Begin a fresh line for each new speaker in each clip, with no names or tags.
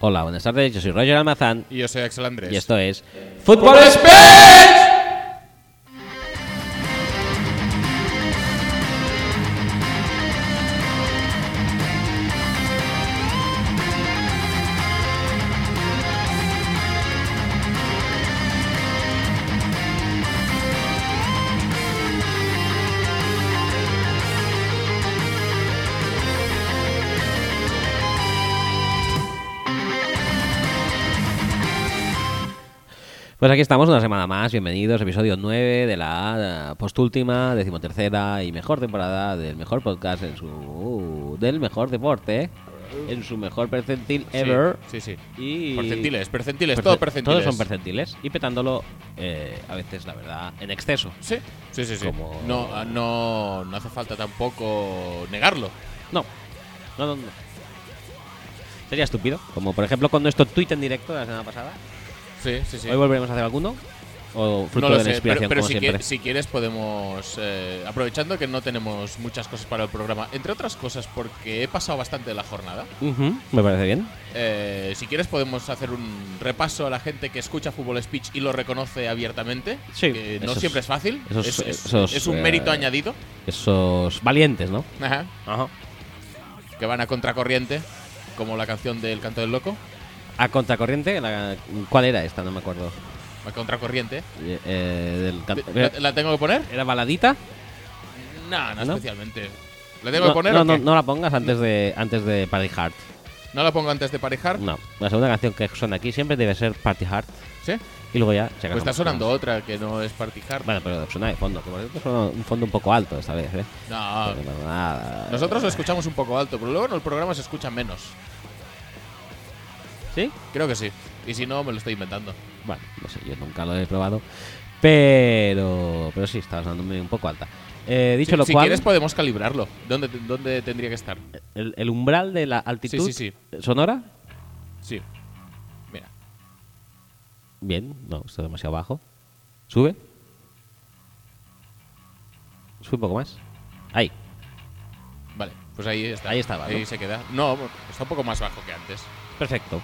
Hola, buenas tardes, yo soy Roger Almazán
Y yo soy Axel Andrés.
y esto es Fútbol Spain. Pues aquí estamos una semana más, bienvenidos, episodio 9 de la eh, postúltima, decimotercera y mejor temporada del mejor podcast en su... del mejor deporte, en su mejor percentil
Sí,
ever.
Sí, sí.
Y...
Percentiles, percentiles,
Perce-
todo percentiles.
Todos son percentiles y petándolo eh, a veces, la verdad, en exceso.
Sí, sí, sí. sí.
Como-
No, ah, no, no hace falta tampoco negarlo.
No, no, no, no. Sería estúpido. Como por ejemplo con nuestro tweet en directo de la semana pasada.
Sí, sí, sí.
Hoy volveremos a hacer alguno. O fruto
no lo
de la
sé, pero,
inspiración,
pero
como
si,
siempre.
quie- si quieres podemos, eh, aprovechando que no tenemos muchas cosas para el programa, entre otras cosas porque he pasado bastante de la jornada,
Ujú, Me parece bien.
eh, si quieres podemos hacer un repaso a la gente que escucha Fútbol Speech y lo reconoce abiertamente,
Sí,
que no
esos-
siempre es fácil,
esos-
es, es-
esos,
es un
eh,
mérito añadido,
Esos valientes, ¿no?
Ajá. que van a contracorriente, como la canción del Canto del Loco,
A contracorriente, la- ¿cuál era esta? No me acuerdo.
a contracorriente.
Eh, eh, del can-
¿La, la tengo que poner?
¿Era baladita?
No, no,
¿No?
especialmente. ¿La tengo que
no,
poner
no,
o
no,
qué?
no la pongas antes de antes de Party Hard.
¿No la pongo antes de parejar?
No, la segunda canción que suena aquí siempre debe ser Party Hard.
¿Sí?
Y luego ya, se
Pues está sonando otra que no es Party Hard.
Bueno, pero suena de fondo, que por cierto suena un fondo un poco alto esta vez, ¿eh?
No,
Pero no, nada.
Ah. nosotros lo escuchamos un poco alto, pero luego en el programa se escucha menos.
¿Sí?
Creo que sí. Y si no, me lo estoy inventando.
Bueno, no sé, yo nunca lo he probado. Pero, pero sí, estaba sonando un poco alta. Eh, dicho
si,
lo
si
cual, Eh.
quieres pues- podemos calibrarlo. ¿Dónde, te- dónde tendría que estar?
el, el umbral de la altitud
Sí, sí,
sonora,
Sí. Mira.
bien, no, está demasiado bajo. Sube. Sube un poco más. Ahí.
Vale, pues ahí está.
Ahí estaba,
Ahí
¿no?
se queda. No, está un poco más bajo que antes.
Perfecto.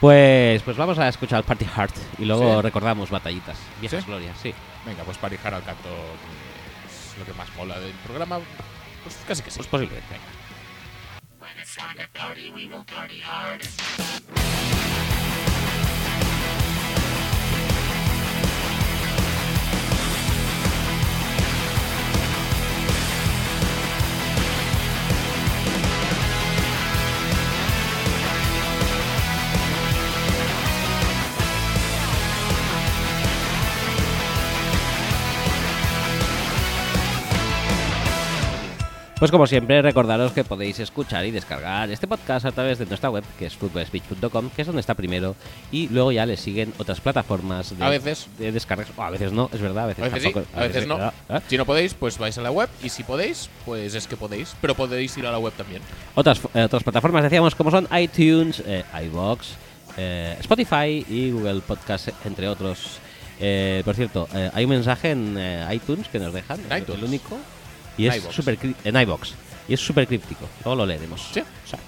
Pues, pues vamos a escuchar el Party Heart y luego
Sí.
recordamos batallitas, viejas
¿Sí?
glorias, sí.
Venga, pues parejar al canto que es lo que más mola del programa. Pues casi que sí.
Pues posiblemente.
Venga.
Pues como siempre, recordaros que podéis escuchar y descargar este podcast a través de nuestra web, que es footballspeech.com, que es donde está primero, y luego ya le siguen otras plataformas de,
A veces.
de descargas. O a veces no, es verdad, a veces,
A veces sí,
tampoco-
a veces no.
¿verdad? ¿Eh?
Si no podéis, pues vais a la web. Y si podéis, pues es que podéis. Pero podéis ir a la web también.
Otras, eh, otras plataformas decíamos como son iTunes, eh, iBox, eh, Spotify y Google Podcast, entre otros. Eh, por cierto, eh, hay un mensaje en eh, iTunes que nos dejan,
En iTunes.
el único, y es
iVoox.
super en iBox y es súper críptico. Luego lo leeremos.
Sí.
O sea,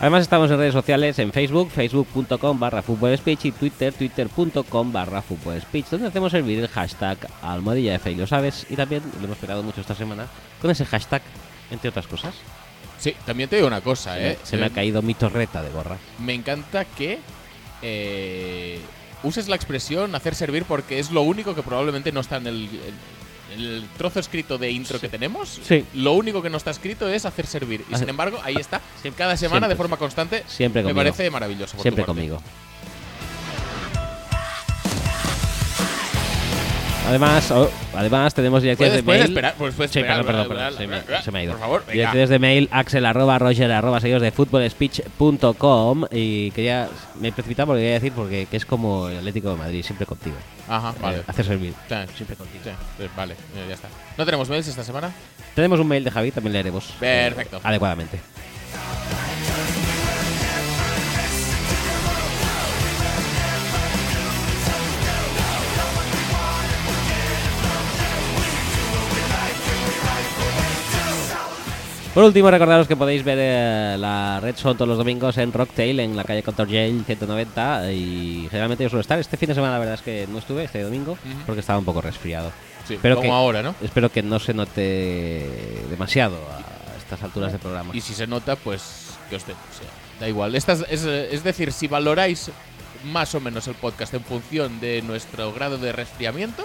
Además estamos en redes sociales en Facebook, facebook.com barra Fútbol speech y Twitter, twitter.com barra Fútbol speech, donde hacemos servir el hashtag almohadilla de fe y lo sabes, y también lo hemos pegado mucho esta semana con ese hashtag, entre otras cosas.
Sí, también te digo una cosa,
Se me-
¿eh?
se me ha
Eh,
caído mi torreta de gorra.
me encanta que eh, uses la expresión hacer servir porque es lo único que probablemente no está en el, en el trozo escrito de intro que tenemos.
Sí.
Lo único que no está escrito es hacer servir. Y
Ah.
sin embargo, ahí está.
Siempre-
Cada semana de
siempre.
forma constante.
Siempre
Me
conmigo.
parece maravilloso. por
Siempre
tu parte.
conmigo. Además, oh, además tenemos direcciones
Puedes,
de
puedes
mail.
esperar, pues puedes
Sí,
esperar,
perdón, perdón,
bla,
perdón,
bla,
se,
bla,
me,
bla,
se me ha ido.
Por favor, venga.
Direcciones de mail, axel arroba, roger arroba, seguidos de footballspeech.com y quería, me precipitaba porque quería decir porque que es como el Atlético de Madrid, siempre contigo.
Ajá, vale.
Eh, hacer servir.
Sí,
Siempre contigo.
sí, eh, vale, eh, ya está. ¿No tenemos mails esta semana?
Tenemos un mail de Javi, también leeremos. eh,
Perfecto.
adecuadamente. Por último, recordaros que podéis ver eh, la Red Son todos los domingos en Rocktail, en la calle Contorgel 190. Y generalmente yo suelo estar. Este fin de semana, la verdad es que no estuve este domingo
Ujú.
porque estaba un poco resfriado.
Sí,
Pero
como
que-
ahora, ¿no?
Espero que no se note demasiado a estas alturas de programa.
Y si se nota, pues que os den, o sea, da igual. Estas, es, eh, es decir, si valoráis más o menos el podcast en función de nuestro grado de resfriamiento,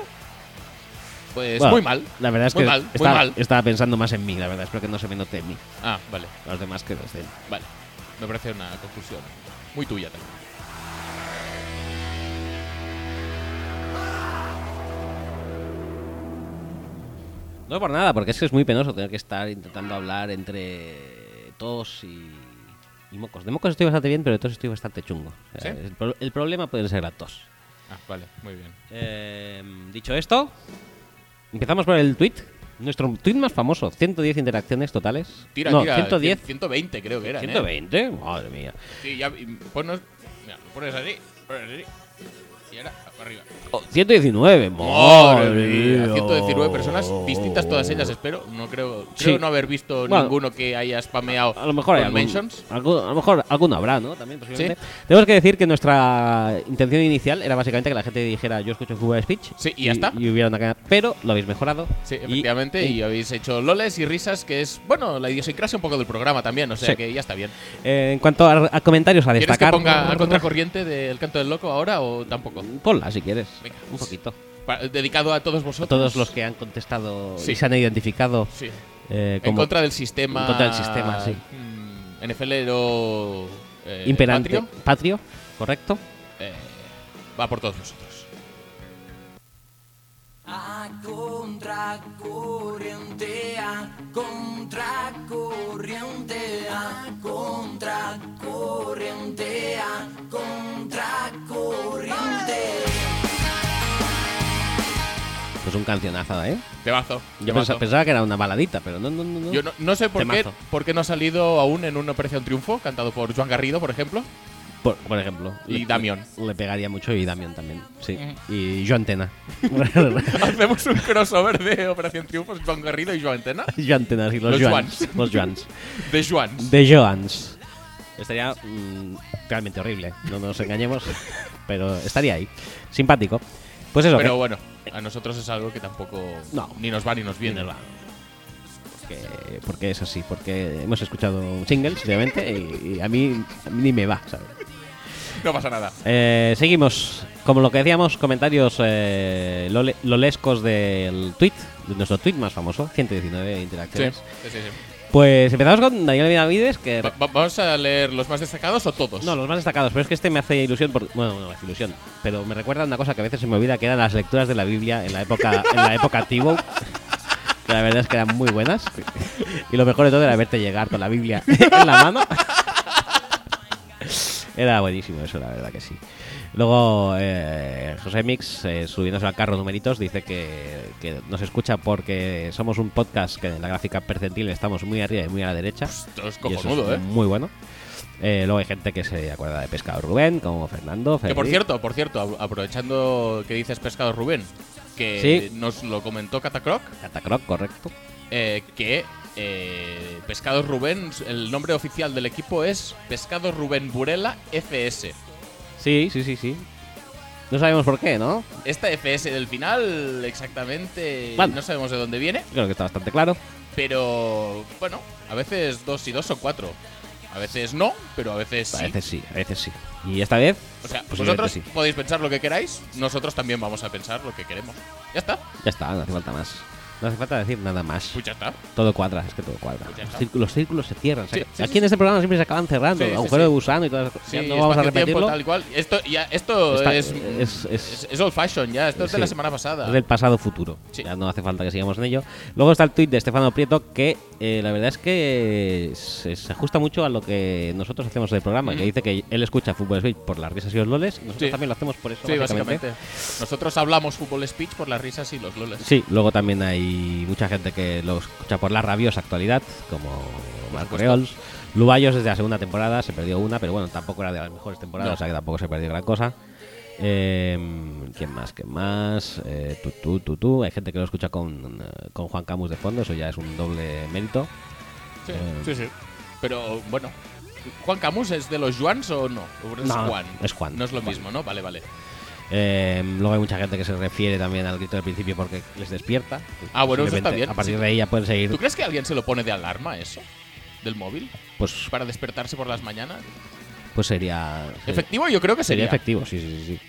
pues
Bueno,
muy mal.
La verdad es
muy
que
mal, muy
estaba,
mal.
estaba pensando más en mí, la verdad. Espero que no se me note en mí.
Ah, vale,
A los demás que los den.
vale. Me parece una conclusión muy tuya también.
No por nada, porque es que es muy penoso tener que estar intentando hablar entre tos y, y mocos. De mocos estoy bastante bien, pero de tos estoy bastante chungo. O sea,
¿Sí?
el, pro- el problema puede ser la tos.
Ah, vale, muy bien.
Eh, dicho esto, empezamos por el tweet. Nuestro tweet más famoso, 110 interacciones totales.
Tira,
no,
tira. eh.
110.
120 creo que era.
120, madre mía.
Sí, ya. y Ponnos, mira, lo pones así, pones así. Y ahora, para arriba.
Oh, 119, madre
Madre mía, 119 personas, distintas todas ellas, espero. No creo, creo
Sí.
no haber visto
Bueno,
ninguno que haya spameado
A lo mejor hay
con
algún-
mentions.
algún- a lo mejor alguno habrá, ¿no? También posiblemente. Tenemos que decir que nuestra intención inicial era básicamente que la gente dijera yo escucho Cuba Speech.
Sí, y ya está.
Y hubiera una caña- Pero lo habéis mejorado.
Sí,
Y-
efectivamente, y, habéis hecho loles y risas, que es, bueno, la idiosincrasia un poco del programa también, o sea
Sí.
que ya está bien.
eh, en cuanto a, a comentarios a
¿Quieres
destacar.
que ponga a contracorriente del canto del loco ahora o tampoco?
Ponla si quieres.
Venga.
Un poquito.
Pa- dedicado a todos
A
vosotros.
todos los que han contestado
Sí.
y se han identificado
Sí.
eh,
En
como
contra del sistema.
En contra del sistema, sí.
mm, NFLero. eh,
imperante.
patrio,
patrio, correcto.
eh, va por todos nosotros.
A contracorriente, a contracorriente, a contracorriente, a contracorriente.
Pues un cancionazo, ¿eh?
Temazo.
Yo
temazo.
pensa- pensaba que era una baladita, pero no, no, no. no.
Yo no, no sé por qué,
Temazo.
por qué no ha salido aún en una Operación Triunfo, cantado por Juan Garrido, por ejemplo.
Por, por ejemplo.
Y
Le-
Damión.
Le pegaría mucho y Damián también. Sí. Y yo Antena.
Hacemos un crossover de Operación Triunfo, Juan Garrido y Joan Antena.
yo Antena, sí, los,
Los
Joans.
Joans.
Los Joans.
De Joans.
De Joans. Estaría mm, realmente horrible, no nos engañemos, pero estaría ahí. Simpático. Pues eso,
Pero bueno, a nosotros es algo que tampoco
No.
ni nos va ni nos
que-
viene.
porque, porque es así, porque hemos escuchado singles, obviamente, y, y a, mí, a mí ni me va, ¿sabes?
No pasa nada.
Eh, seguimos. Como lo que decíamos, comentarios eh, lole- lolescos del tweet, de nuestro tweet más famoso, 119
Sí,
interacciones.
sí, sí, sí.
Pues empezamos con Daniel Benavides, que...
Va- va- ¿Vamos a leer los más destacados o todos?
Eh, No, los más destacados, pero es que este me hace ilusión, por, bueno, no me hace ilusión, pero me recuerda una cosa que a veces se me olvida, que eran las lecturas de la Biblia en la época, en la época Tibo, que la verdad es que eran muy buenas, y lo mejor de todo era verte llegar con la Biblia en la mano. Era buenísimo eso, la verdad que sí. Luego eh, José Mix, eh, subiéndose al carro numeritos, dice que, que nos escucha porque somos un podcast que en la gráfica percentil estamos muy arriba y muy a la derecha.
Esto es
Y eso
cojonudo,
es
¿eh?
Muy bueno. Eh, luego hay gente que se acuerda de Pescado Rubén, como Fernando.
Que por
Federic.
cierto, por cierto, ab- aprovechando que dices pescado Rubén, que
Sí.
nos lo comentó Catacroc,
Catacroc, correcto.
eh, que eh, Pescados Rubén, el nombre oficial del equipo es Pescados Rubén Burela FS.
Sí, sí, sí, sí. No sabemos por qué, ¿no?
Esta FS del final, exactamente,
Vale.
no sabemos de dónde viene,
Creo que está bastante claro.
pero bueno, a veces dos y dos son cuatro. A veces no, pero a veces
A
sí.
veces sí, a veces sí. Y esta vez, pues
O sea,
Posiblemente
vosotros
sí.
podéis pensar lo que queráis, nosotros también vamos a pensar lo que queremos. Ya está,
ya está, no hace falta más. No hace falta decir nada más.
pues ya está.
Todo cuadra, es que todo cuadra.
Pues ya
Los
está.
círculos, los círculos se cierran. O sea,
Sí,
que
sí,
aquí
sí,
en este programa siempre se acaban cerrando.
Sí, sí,
Agujero
sí.
de gusano y todas las cosas.
Sí,
Ya no vamos a
espacio-tiempo,
repetirlo.
tal y cual. Esto, ya, esto
Está-
es,
es-
es,
es-
es old fashion ya, esto es de
Sí.
la semana pasada.
Es del pasado futuro.
Sí.
Ya no hace falta que sigamos en ello. Luego está el tuit de Estefano Prieto que eh, la verdad es que se, se ajusta mucho a lo que nosotros hacemos del programa, que dice que él escucha Fútbol Speech por las risas y los loles, y nosotros
Mm. Sí.
también lo hacemos por eso.
Sí,
básicamente.
básicamente. Nosotros hablamos fútbol speech por las risas y los loles.
Sí, luego también hay mucha gente que lo escucha por la rabiosa actualidad, como Marco
supuesto.
Reols. Lubayos desde la segunda temporada, se perdió una, pero bueno, tampoco era de las mejores temporadas,
No.
o sea que tampoco se perdió gran cosa. Em, ¿Quién más? ¿Quién más? Eh, tú, tú, tú, tú. Hay gente que lo escucha con, eh, con Juan Camus de fondo, eso ya es un doble mérito.
Sí,
Eh,
sí, sí. Pero bueno, ¿Juan Camus es de los Juans o no? ¿O Es
No,
Juan.
es Juan,
No es lo
Juan.
mismo, ¿no? Vale, vale.
Eh, luego hay mucha gente que se refiere también al grito del principio porque les despierta.
Ah, bueno, eso
Simplemente,
está bien,
A partir
sí.
de ahí ya pueden
¿Tú
seguir.
crees que alguien se lo pone de alarma eso? ¿Del móvil?
Pues,
¿Para despertarse por las mañanas?
pues sería.
¿Efectivo? Yo creo que
Sería
sería.
efectivo, sí, sí, sí.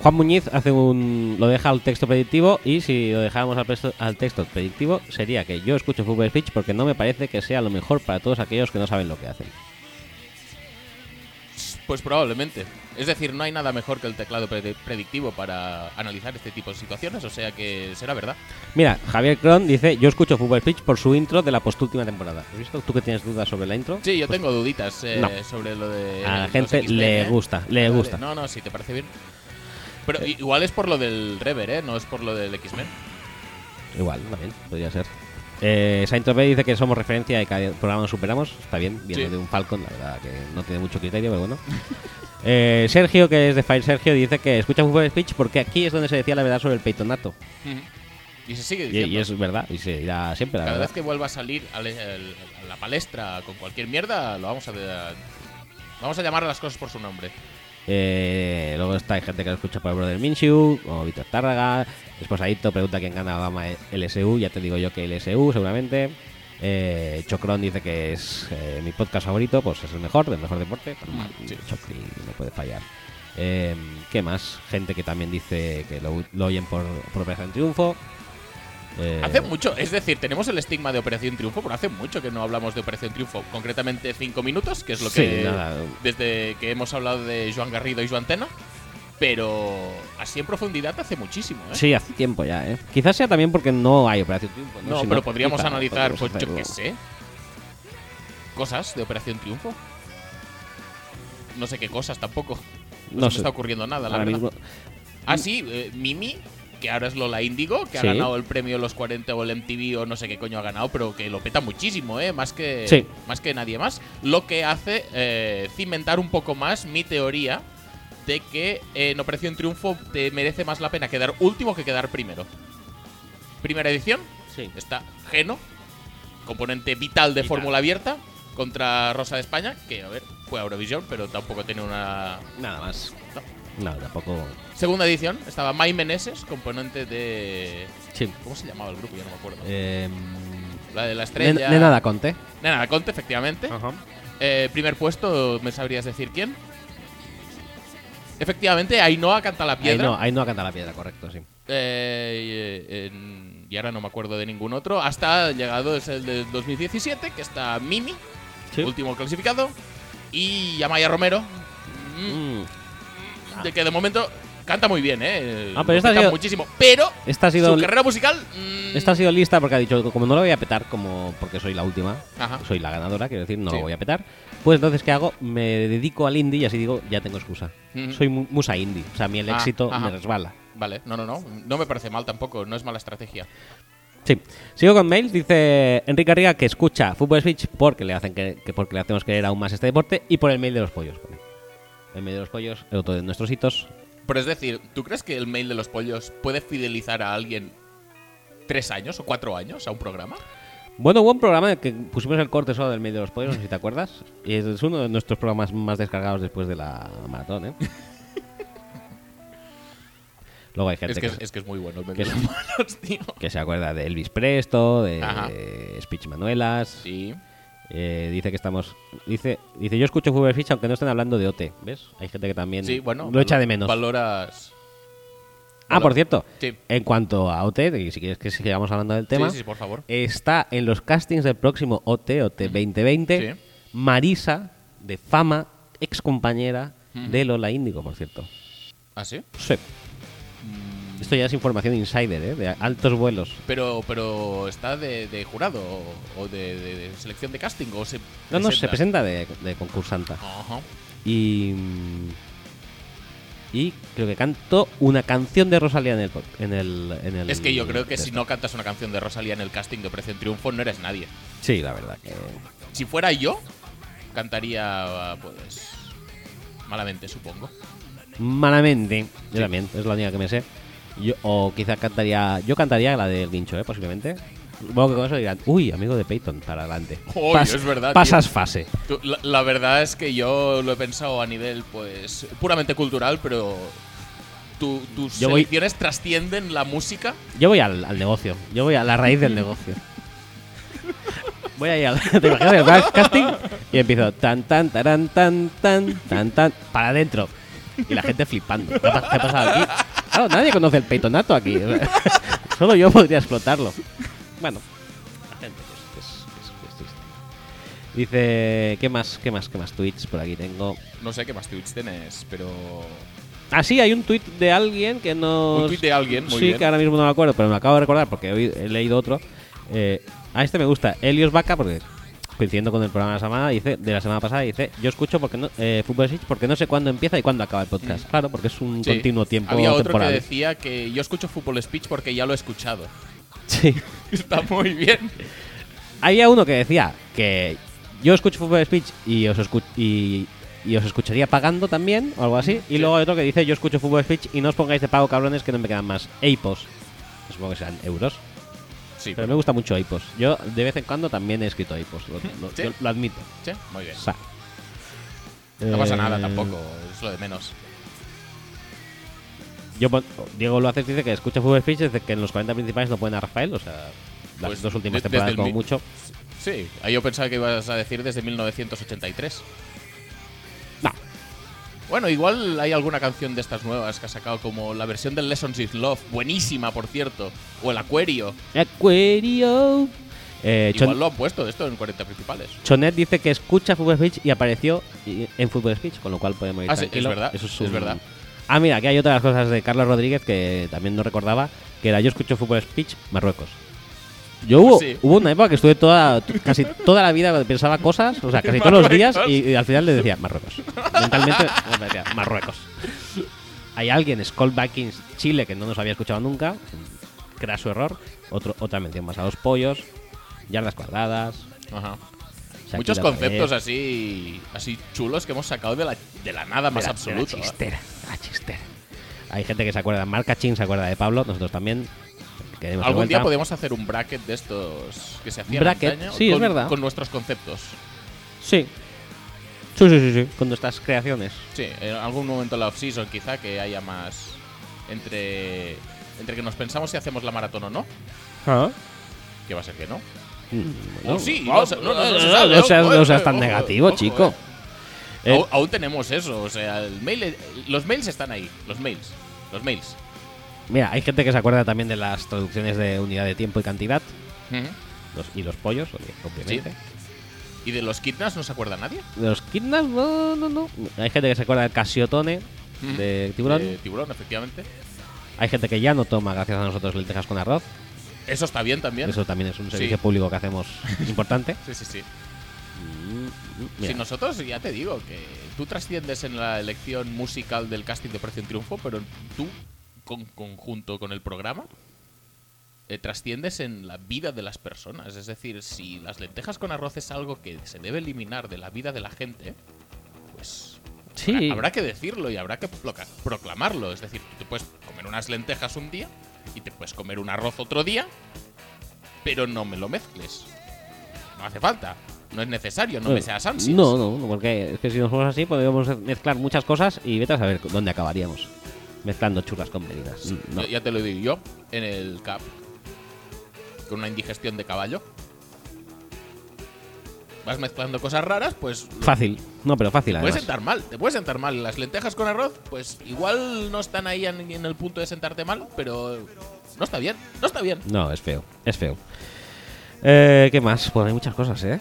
Juan Muñiz hace un, lo deja al texto predictivo y si lo dejáramos al, presto- al texto predictivo sería que yo escucho Football Speech porque no me parece que sea lo mejor para todos aquellos que no saben lo que hacen.
Pues probablemente. Es decir, no hay nada mejor que el teclado prede- predictivo para analizar este tipo de situaciones, o sea que será verdad.
Mira, Javier Cron dice, yo escucho Football Speech por su intro de la postúltima temporada. ¿Has visto? ¿Tú que tienes dudas sobre la intro?
Sí, yo tengo duditas eh,
no.
sobre lo de.
A la
los
gente
XP,
le
¿eh?
gusta, le
Vale,
gusta. Eh.
No, no, sí, te parece bien. Pero i- igual es por lo del Rever, ¿eh? No es por lo del X-Men.
Igual, también, podría ser. Eh, Saint Tropez dice que somos referencia y cada programa nos superamos. Está bien, viendo
Sí.
de un Falcon, la verdad que no tiene mucho criterio, pero bueno. Eh, Sergio, que es de Fire Sergio, dice que escucha Football Speech porque aquí es donde se decía la verdad sobre el peitonato.
Y se sigue
Y,
diciendo.
y es verdad, y se dirá siempre la
Cada
verdad.
vez que vuelva a salir al- al- a la palestra con cualquier mierda, lo vamos a. de- Vamos a llamar a las cosas por su nombre.
Eh, luego está hay gente que lo escucha por el brother Minshew, como Víctor Tárraga. Esposadito pregunta quién gana la gama LSU. Ya te digo yo que LSU, seguramente. Eh, Chocron dice que es eh, mi podcast favorito, pues es el mejor, del mejor deporte. Normal,
Mm, sí.
Chocri no puede fallar. Eh, ¿Qué más? Gente que también dice que lo, lo oyen por, por Operación Triunfo. Eh,
Hace mucho, es decir, tenemos el estigma de Operación Triunfo, pero hace mucho que no hablamos de Operación Triunfo. Concretamente cinco minutos, que es lo que.
Sí, nada.
Desde que hemos hablado de Joan Garrido y Joan Tena. Pero así en profundidad hace muchísimo, ¿eh?
Sí, hace tiempo ya, ¿eh? Quizás sea también porque no hay Operación Triunfo. No,
No,
Si
pero
quizá
podríamos analizar,
podríamos
pues yo
hacerlo.
qué sé. Cosas de Operación Triunfo. No sé qué cosas tampoco. No,
No
se
sé.
me está ocurriendo nada, la
Ahora
verdad.
mismo,
Ah, sí, eh, Mimi, que ahora es Lola Índigo,
Sí.
que ha ganado el premio Los 40 o el MTV o no sé qué coño ha ganado, pero que lo peta muchísimo, ¿eh? Más que,
Sí.
más que nadie más. Lo que hace eh, cimentar un poco más mi teoría de que eh, en Operación Triunfo te merece más la pena quedar último que quedar primero. Primera edición,
sí.
está Geno, componente vital de
Vital.
Fórmula Abierta, contra Rosa de España, que, a ver, fue a Eurovisión, pero tampoco tiene una...
Nada más. No, tampoco.
Segunda edición, estaba Mai Meneses, componente de...
Sí.
¿Cómo se llamaba el grupo? Ya no me acuerdo.
Eh,
la de la
de,
estrella...
de nada conté.
Nena da Conte, efectivamente.
Ah.
Eh, primer puesto, ¿me sabrías decir quién? Efectivamente, Ainhoa canta la
Ahí
piedra.
no, ahí no ha cantado la piedra, correcto, sí.
Eh, y, eh, en- y ahora no me acuerdo de ningún otro. Hasta llegado es el del 2017, que está Mimi, último clasificado. Y Amaya Romero, mm,
Mm.
de que de momento canta muy bien, ¿eh?
Ah,
Lo
pero esta ha
peta
sido-
muchísimo. Pero
Esta ha sido.
su carrera musical. mm,
Esta ha sido lista porque ha dicho, como no la voy a petar, como porque soy la última,
Ajá.
soy la ganadora, quiero decir, no
Sí.
la voy a petar. Pues entonces, ¿qué hago? Me dedico al indie y así digo, ya tengo excusa.
Ujú.
Soy mu- musa indie, o sea, a mí el
Ah,
éxito
ajá.
me resbala.
Vale, no, no, no. No me parece mal tampoco, no es mala estrategia.
Sí. Sigo con mails. Dice Enrique Arriga que escucha Fútbol Switch porque le hacen que, que porque le hacemos querer aún más este deporte y por el mail de los pollos. pone. El mail de los pollos, el otro de nuestros hitos.
Pero es decir, ¿tú crees que el mail de los pollos puede fidelizar a alguien tres años o cuatro años a un programa?
Bueno, hubo un programa en el que pusimos el corte solo del mail de los pollos, no sé si te acuerdas. Y es uno de nuestros programas más descargados después de la maratón, ¿eh? Luego hay gente
Es que es,
que,
es que es muy bueno el mail
que
de los
es-
pollos, tío.
que se acuerda de Elvis Presto, de,
Ajá.
de Speech Manuelas.
Sí.
Eh, dice que estamos. Dice, dice yo escucho Fútbol Ficha aunque no estén hablando de OT. ¿Ves? Hay gente que también
Sí, bueno.
lo echa
valo-
de menos.
Valoras.
ah, por cierto,
Sí.
en cuanto a OT, y si quieres que sigamos hablando del tema,
Sí, sí, por favor.
está en los castings del próximo OT, OT 2020,
Sí.
Marisa, de fama, ex compañera de Lola Índigo, por cierto.
¿Ah, sí?
Sí.
Mm.
Esto ya es información insider, ¿eh? de altos vuelos.
Pero, pero está de, de jurado o- o de, de- de selección de casting o se
No, no, se presenta de, de concursanta.
Ajá.
Y. mm, Y creo que canto una canción de Rosalía en el. pod- En el, en el
Es que yo creo que si
esto.
no cantas una canción de Rosalía en el casting de Precio en Triunfo no eres nadie.
Sí, la verdad que.
Si fuera yo, cantaría pues malamente supongo.
Malamente. Yo también, es la única que me sé. Yo, o quizás cantaría. Yo cantaría la del guincho, ¿eh? Posiblemente. Supongo que con eso dirán, uy, amigo de Peyton, para adelante.
Uy, es verdad, tío.
Pasas fase.
Tú- La, la verdad es que yo lo he pensado a nivel, pues, puramente cultural, pero tu- tus
Yo voy-
selecciones trascienden la música.
Yo voy al, al negocio. Yo voy a la raíz del negocio. Voy ahí al. ¿Te imaginas el ca- casting? Y empiezo tan, tan, tarán, tan, tan, tan, tan. Para adentro. Y la gente flipando. ¿Qué ha, pas- qué ha pasado aquí? Claro, nadie conoce el peitonato aquí. Solo yo podría explotarlo. Bueno, la gente pues, es, es- es triste. Dice. ¿Qué más? ¿Qué más? ¿Qué más tweets por aquí tengo?
No sé qué más tweets tenés, pero.
Ah, sí, hay un tweet de alguien que no.
Un tuit de alguien, muy
Pues, Sí,
bien.
que ahora mismo no me acuerdo, pero me acabo de recordar porque hoy he leído otro. Eh, a este me gusta, Helios Vaca, porque coincidiendo con el programa de la semana, dice, de la semana pasada, dice, yo escucho porque no, eh, Fútbol Switch porque no sé cuándo empieza y cuándo acaba el podcast. Claro, porque es un
Mm. Sí.
continuo tiempo
Había otro
temporal.
que decía que yo escucho Fútbol Speech porque ya lo he escuchado.
Sí.
Está muy bien.
Había uno que decía que yo escucho Fútbol Speech y os, escu- y, y os escucharía pagando también, o algo así. Y
Sí.
luego hay otro que dice yo escucho Fútbol Speech y no os pongáis de pago, cabrones, que no me quedan más. Eipos. Supongo que serán euros.
Sí,
Pero me gusta mucho Ipos. Yo de vez en cuando también he escrito Ipos. Lo, lo-
Sí.
yo lo admito.
sí, muy bien.
Sa.
No pasa nada
Eh,
tampoco, es lo de menos.
Yo, pon- Diego lo hace dice que escucha Fútbol Speech desde que en los 40 principales no ponen a Rafael. O sea, las
Pues
dos últimas
de- desde
temporadas
el
como
mi-
mucho.
Sí, ahí yo pensaba que ibas a decir desde 1983.
No.
Bueno, igual hay alguna canción de estas nuevas que ha sacado, como la versión del Lessons is Love, buenísima por cierto, o el Acuario.
Acuario. Eh, Chon-
Igual lo han puesto esto en 40 principales.
Chonet dice que escucha Fútbol Speech y apareció y- en Fútbol Speech, con lo cual podemos ir
Ah, sí, es
tranquilo.
verdad,
Eso es,
es
un-
verdad.
Ah, mira, aquí hay otras cosas de Carlos Rodríguez que también no recordaba, que era yo escucho Fútbol Speech Marruecos. Yo hubo,
Sí.
hubo una época que estuve toda, t- casi toda la vida pensaba cosas, o sea, casi todos los días y, y al final le decía Marruecos. Mentalmente me parecía Marruecos. Hay alguien, Skull Backings Chile, que no nos había escuchado nunca, crea su error. Otro, otra mención más a los pollos, yardas cuadradas.
Ajá.
Shakira
Muchos
otra
conceptos
vez.
así así chulos que hemos sacado de la, de la nada más ¿eh?
Era-
absoluta.
era chistera, era chistera. Hay gente que se acuerda, Marca Chin se acuerda de Pablo, nosotros también. Queremos de
Algún día
vuelta.
podemos hacer un bracket de estos que se hacían
Bracket,
antaño
sí, es
con-
verdad.
con nuestros conceptos.
Sí. Sí, sí, sí, sí. Con nuestras creaciones.
Sí, en algún momento en la off-season quizá que haya más entre entre que nos pensamos si hacemos la maratón o no,
Ah.
que va a ser que no.
No,
O Oh, sí,
no,
no se- no, no, no se
no,
sabe,
no seas,
ojo,
no seas
eh,
tan
ojo,
negativo,
ojo, Oh.
chico. Eh,
Au- Aún, tenemos eso, o sea, el mail, eh, los mails están ahí, los mails, los mails.
Mira, hay gente que se acuerda también de las traducciones de unidad de tiempo y cantidad.
Ujú.
los- y los pollos, obvi- obviamente.
¿Y de los kidnaps no se acuerda nadie?
De los kidnaps, no, no, no. Hay gente que se acuerda del casiotone
Ujú. Eh.
de tiburón.
De tiburón, efectivamente.
Hay gente que ya no toma, gracias a nosotros, lentejas con arroz.
Eso está bien también.
Eso también es un
Sí.
servicio público que hacemos importante.
Sí, sí, sí.
Mm, mm,
Si
mira.
nosotros, ya te digo, que tú trasciendes en la elección musical del casting de Precio en Triunfo, pero tú, con, conjunto con el programa, eh, trasciendes en la vida de las personas. Es decir, si las lentejas con arroz es algo que se debe eliminar de la vida de la gente, pues
Sí.
habrá que decirlo y habrá que ploca- proclamarlo. Es decir, tú te puedes comer unas lentejas un día y te puedes comer un arroz otro día, pero no me lo mezcles. No hace falta. No es necesario, no me
Bueno,
seas ansias.
No, no, no, porque es que si nos fuéramos así podríamos mezclar muchas cosas y vete a saber dónde acabaríamos. Mezclando churras con merinas. No.
Yo- Ya te lo digo yo, en el CAP. Con una indigestión de caballo. Vas mezclando cosas raras, pues
Fácil. No, pero fácil
te puedes
además.
sentar mal. Te puedes sentar mal. Las lentejas con arroz, pues igual no están ahí en, en el punto de sentarte mal, pero no está bien. No está bien.
No, es feo. Es feo. Eh, ¿Qué más? Pues hay muchas cosas, ¿eh?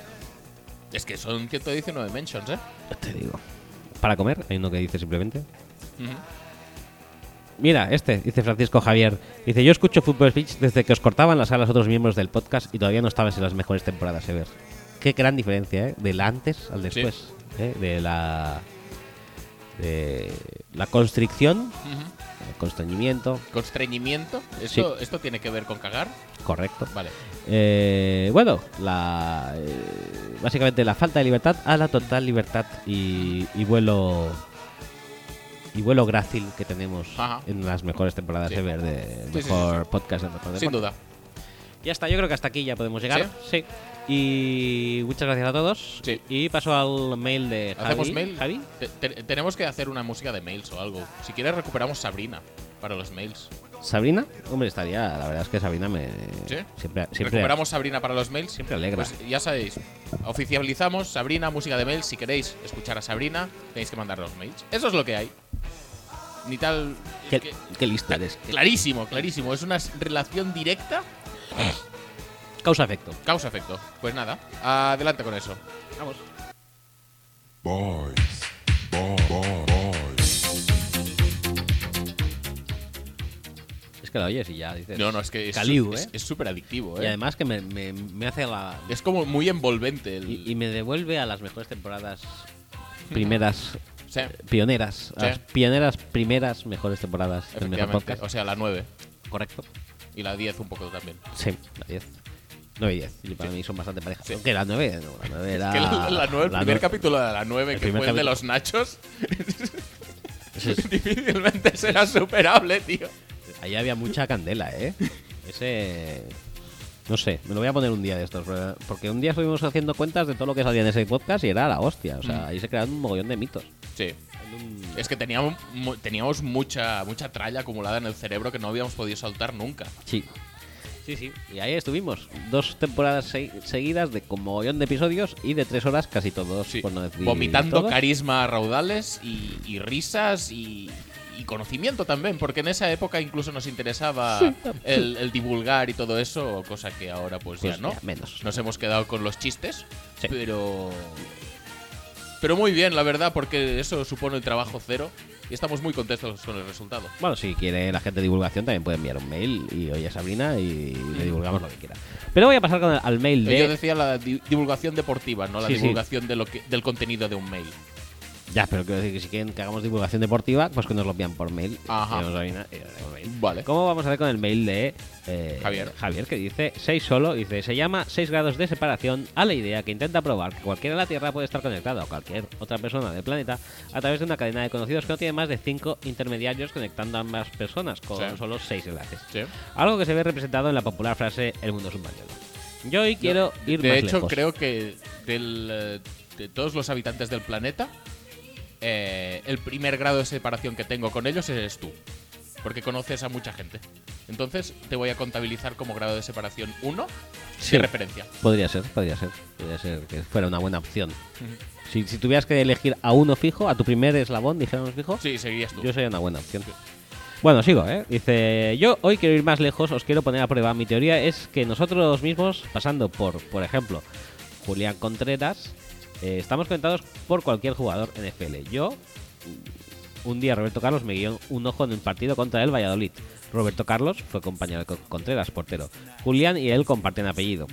Es que son 119 mentions, ¿eh?
Ya Te digo. Para comer, hay uno que dice simplemente.
Ujú.
Mira, este, dice Francisco Javier. Dice, yo escucho Fútbol Speech desde que os cortaban las alas otros miembros del podcast y todavía no estabas en las mejores temporadas ever. Qué gran diferencia, ¿eh? Del antes al después. ¿eh? De la... De la constricción,
Ujú.
el constreñimiento,
Constreñimiento. ¿Esto, ¿Esto tiene que ver con cagar?
correcto.
Vale.
Eh, bueno, la, eh, básicamente la falta de libertad a la total libertad y, y vuelo y vuelo grácil que tenemos
Ajá.
en las mejores temporadas
Sí.
ever de
Sí, sí,
mejor podcast de mejor
Sin
deporte.
duda.
Ya está, yo creo que hasta aquí ya podemos llegar. Sí. Y muchas gracias a todos.
Sí.
Y paso al mail de Javi.
¿Hacemos mail?
Javi.
Te- te- tenemos que hacer una música de mails o algo. Si quieres, recuperamos Sabrina para los mails.
Sabrina. Hombre, estaría. La verdad es que Sabrina me.
¿Sí?
Siempre, siempre,
Recuperamos Sabrina para los mails.
siempre alegra.
Pues ya sabéis, oficializamos Sabrina, música de mails. Si queréis escuchar a Sabrina, tenéis que mandar los mails. Eso es lo que hay. Ni tal.
qué,
que-
qué listo eres.
clarísimo, clarísimo. Es una s- relación directa,
Causa-efecto.
causa-efecto. Pues nada, adelante con eso.
Vamos.
Boys. Boy, boy, boys.
Es que la oyes y ya dices.
No, no, es que es
Caliu,
es-
¿eh?
es súper adictivo,
Y
¿eh?
además que me, me- me hace la.
Es como muy envolvente. El,
Y, y me devuelve a las mejores temporadas primeras
o sea,
pioneras. a
Sí.
Las pioneras primeras mejores temporadas del mejor
efectivamente.
podcast.
O sea, la 9
Correcto.
y la 10 un poco también.
Sí, la 10. 9 y 10. Yo para mí son bastante parejas.
Sí.
Aunque la 9, no, la 9 era.
que la, la 9, el
la
primer
nue-
capítulo de la 9,
El
que
primer
fue el de
capítulo.
los nachos,
Ese es-
difícilmente será superable, tío.
Ahí había mucha candela, ¿eh? Ese. No sé, me lo voy a poner un día de estos. pero- Porque un día estuvimos haciendo cuentas de todo lo que salía en ese podcast y era la hostia. O sea,
Mm.
ahí se crearon un mogollón de mitos.
Sí. Es que teníamos, mu- teníamos mucha, mucha tralla acumulada en el cerebro que no habíamos podido soltar nunca.
Sí. Sí, sí. Y ahí estuvimos. Dos temporadas se- seguidas de con mogollón de episodios y de tres horas casi todos.
Sí.
por no decir
Vomitando
todos.
carisma a raudales y, y risas y, y conocimiento también, porque en esa época incluso nos interesaba el, el divulgar y todo eso, cosa que ahora pues,
Pues
ya no.
ya, menos.
Nos hemos quedado con los chistes,
Sí.
pero... Pero muy bien, la verdad, porque eso supone el trabajo cero y estamos muy contentos con el resultado.
Bueno, si quiere la gente divulgación también puede enviar un mail y oye a Sabrina y le divulgamos lo que quiera. Pero voy a pasar con el- al mail
Yo
de...
decía la di- divulgación deportiva, no la
Sí, sí.
divulgación de lo que, del contenido de un mail.
Ya, pero quiero decir que si quieren que hagamos divulgación deportiva, pues que nos lo envían por mail.
Ajá.
Y nos lo envían- y nos lo envían.
Vale.
¿Cómo vamos a ver con el mail de eh,
Javier.
que dice 6 solo, dice, se llama 6 grados de separación a la idea que intenta probar que cualquiera en la Tierra puede estar conectado a cualquier otra persona del planeta a través de una cadena de conocidos que no tiene más de 5 intermediarios conectando a ambas personas con
Sí.
solo 6 enlaces.
Sí.
Algo que se ve representado en la popular frase El mundo es un bañuelo. Yo hoy quiero ir
de
más
hecho,
lejos.
creo que del, eh, de todos los habitantes del planeta, eh, el primer grado de separación que tengo con ellos eres tú. Porque conoces a mucha gente. Entonces te voy a contabilizar como grado de separación 1
Sí.
de referencia.
Podría ser, podría ser. Podría ser que fuera una buena opción. Si, si tuvieras que elegir a uno fijo, a tu primer eslabón, dijéramos fijo,
Sí, seguirías tú.
yo sería una buena opción. Bueno, sigo, ¿eh? Dice, yo hoy quiero ir más lejos, os quiero poner a prueba. Mi teoría es que nosotros mismos, pasando por, por ejemplo, Julián Contreras, eh, estamos conectados por cualquier jugador NFL. Yo, un día Roberto Carlos me guió un ojo en el partido contra el Valladolid. Roberto Carlos fue compañero de Co- Contreras, portero. Julián y él comparten apellido.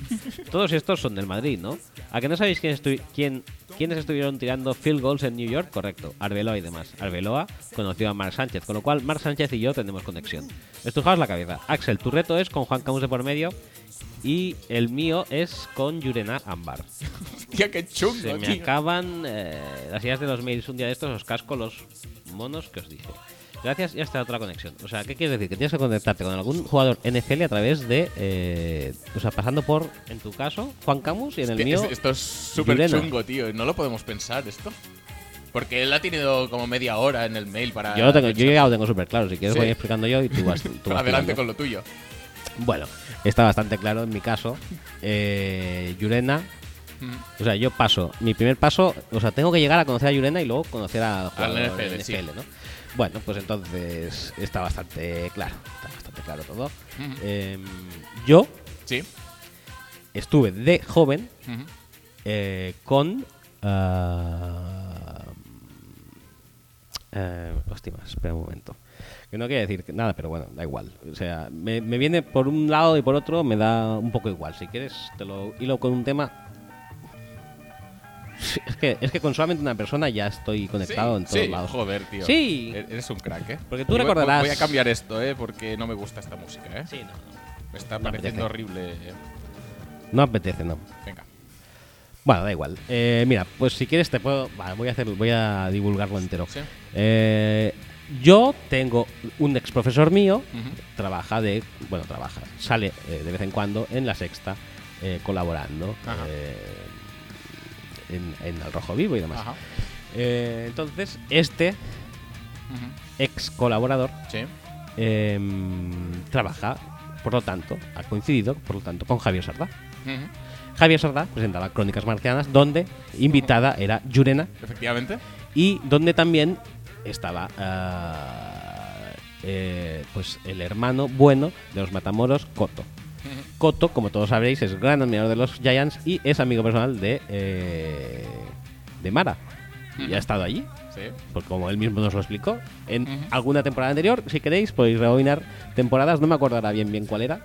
Todos estos son del Madrid, ¿no? ¿A que no sabéis quién estu- quién- quiénes estuvieron tirando field goals en New York? Correcto, Arbeloa y demás. Arbeloa conoció a Marc Sánchez, con lo cual Marc Sánchez y yo tenemos conexión. Estrujaos la cabeza. Axel, tu reto es con Juan Camus de por medio y el mío es con Yurena Ambar.
Hostia, qué chungo,
Se me
tío.
acaban eh, las ideas de los mails un día de estos, os casco los monos que os dije. Gracias y hasta otra conexión. O sea, ¿qué quieres decir? Que tienes que conectarte con algún jugador NFL a través de. eh, o sea, pasando por, en tu caso, Juan Camus y en el
Hostia,
mío.
es- Esto es súper
Yurena.
chungo, tío. No lo podemos pensar esto. Porque él ha tenido como media hora en el mail para.
Yo, lo tengo, yo ya lo tengo súper claro. Si quieres,
Sí.
voy explicando yo y tú vas. tú vas
Adelante
tirando.
con lo tuyo.
Bueno, está bastante claro en mi caso. Eh, Yurena.
Mm,
O sea, yo paso, mi primer paso, o sea, tengo que llegar a conocer a Yurena y luego conocer a jugador
Al NFL,
NFL,
sí.
¿no? Bueno, pues entonces está bastante claro, está bastante claro todo.
Ujú.
Em, yo
mm. Sí.
estuve de joven
Ujú.
eh, con... ah, eh, hostia, espera un momento. Que no quiere decir que- nada, pero bueno, da igual. O sea, me, me viene por un lado y por otro, me da un poco igual. Si quieres, te lo hilo con un tema. Sí, es, que, es que con solamente una persona ya estoy conectado
Sí,
en todos
sí,
lados.
Joder, tío.
Sí.
E- Eres un crack, ¿eh?
Porque tú
Yo voy-
recordarás-
Voy a cambiar esto, ¿eh? Porque no me gusta esta música, ¿eh?
Sí, no, no.
Me está
No
pareciendo
apetece.
horrible. eh.
No apetece, no.
Venga.
Bueno, da igual. Eh, mira, pues si quieres te puedo. Vale, voy a hacer, voy a divulgarlo entero.
Sí.
Eh, Yo tengo un ex profesor mío,
Ujú.
trabaja de. Bueno, trabaja, sale eh, de vez en cuando en la sexta eh, colaborando
Ajá.
eh, en, en El Rojo Vivo y demás.
Ajá.
Eh, entonces, este
Ujú.
ex colaborador
Sí.
em, trabaja, por lo tanto, ha coincidido, por lo tanto, con Javier Sardá.
Ujú.
Javier Sardá presentaba Crónicas Marcianas, donde invitada era Yurena
Efectivamente.
y donde también estaba ah, eh, pues el hermano bueno de los Matamoros, Coto.
Ujú.
Coto, como todos sabréis, es gran admirador de los Giants y es amigo personal de, eh, de Mara. Y
Ujú.
ha estado allí,
Sí.
porque como él mismo nos lo explicó, en
Ujú.
alguna temporada anterior, si queréis, podéis rebobinar temporadas, no me acordará bien bien cuál era,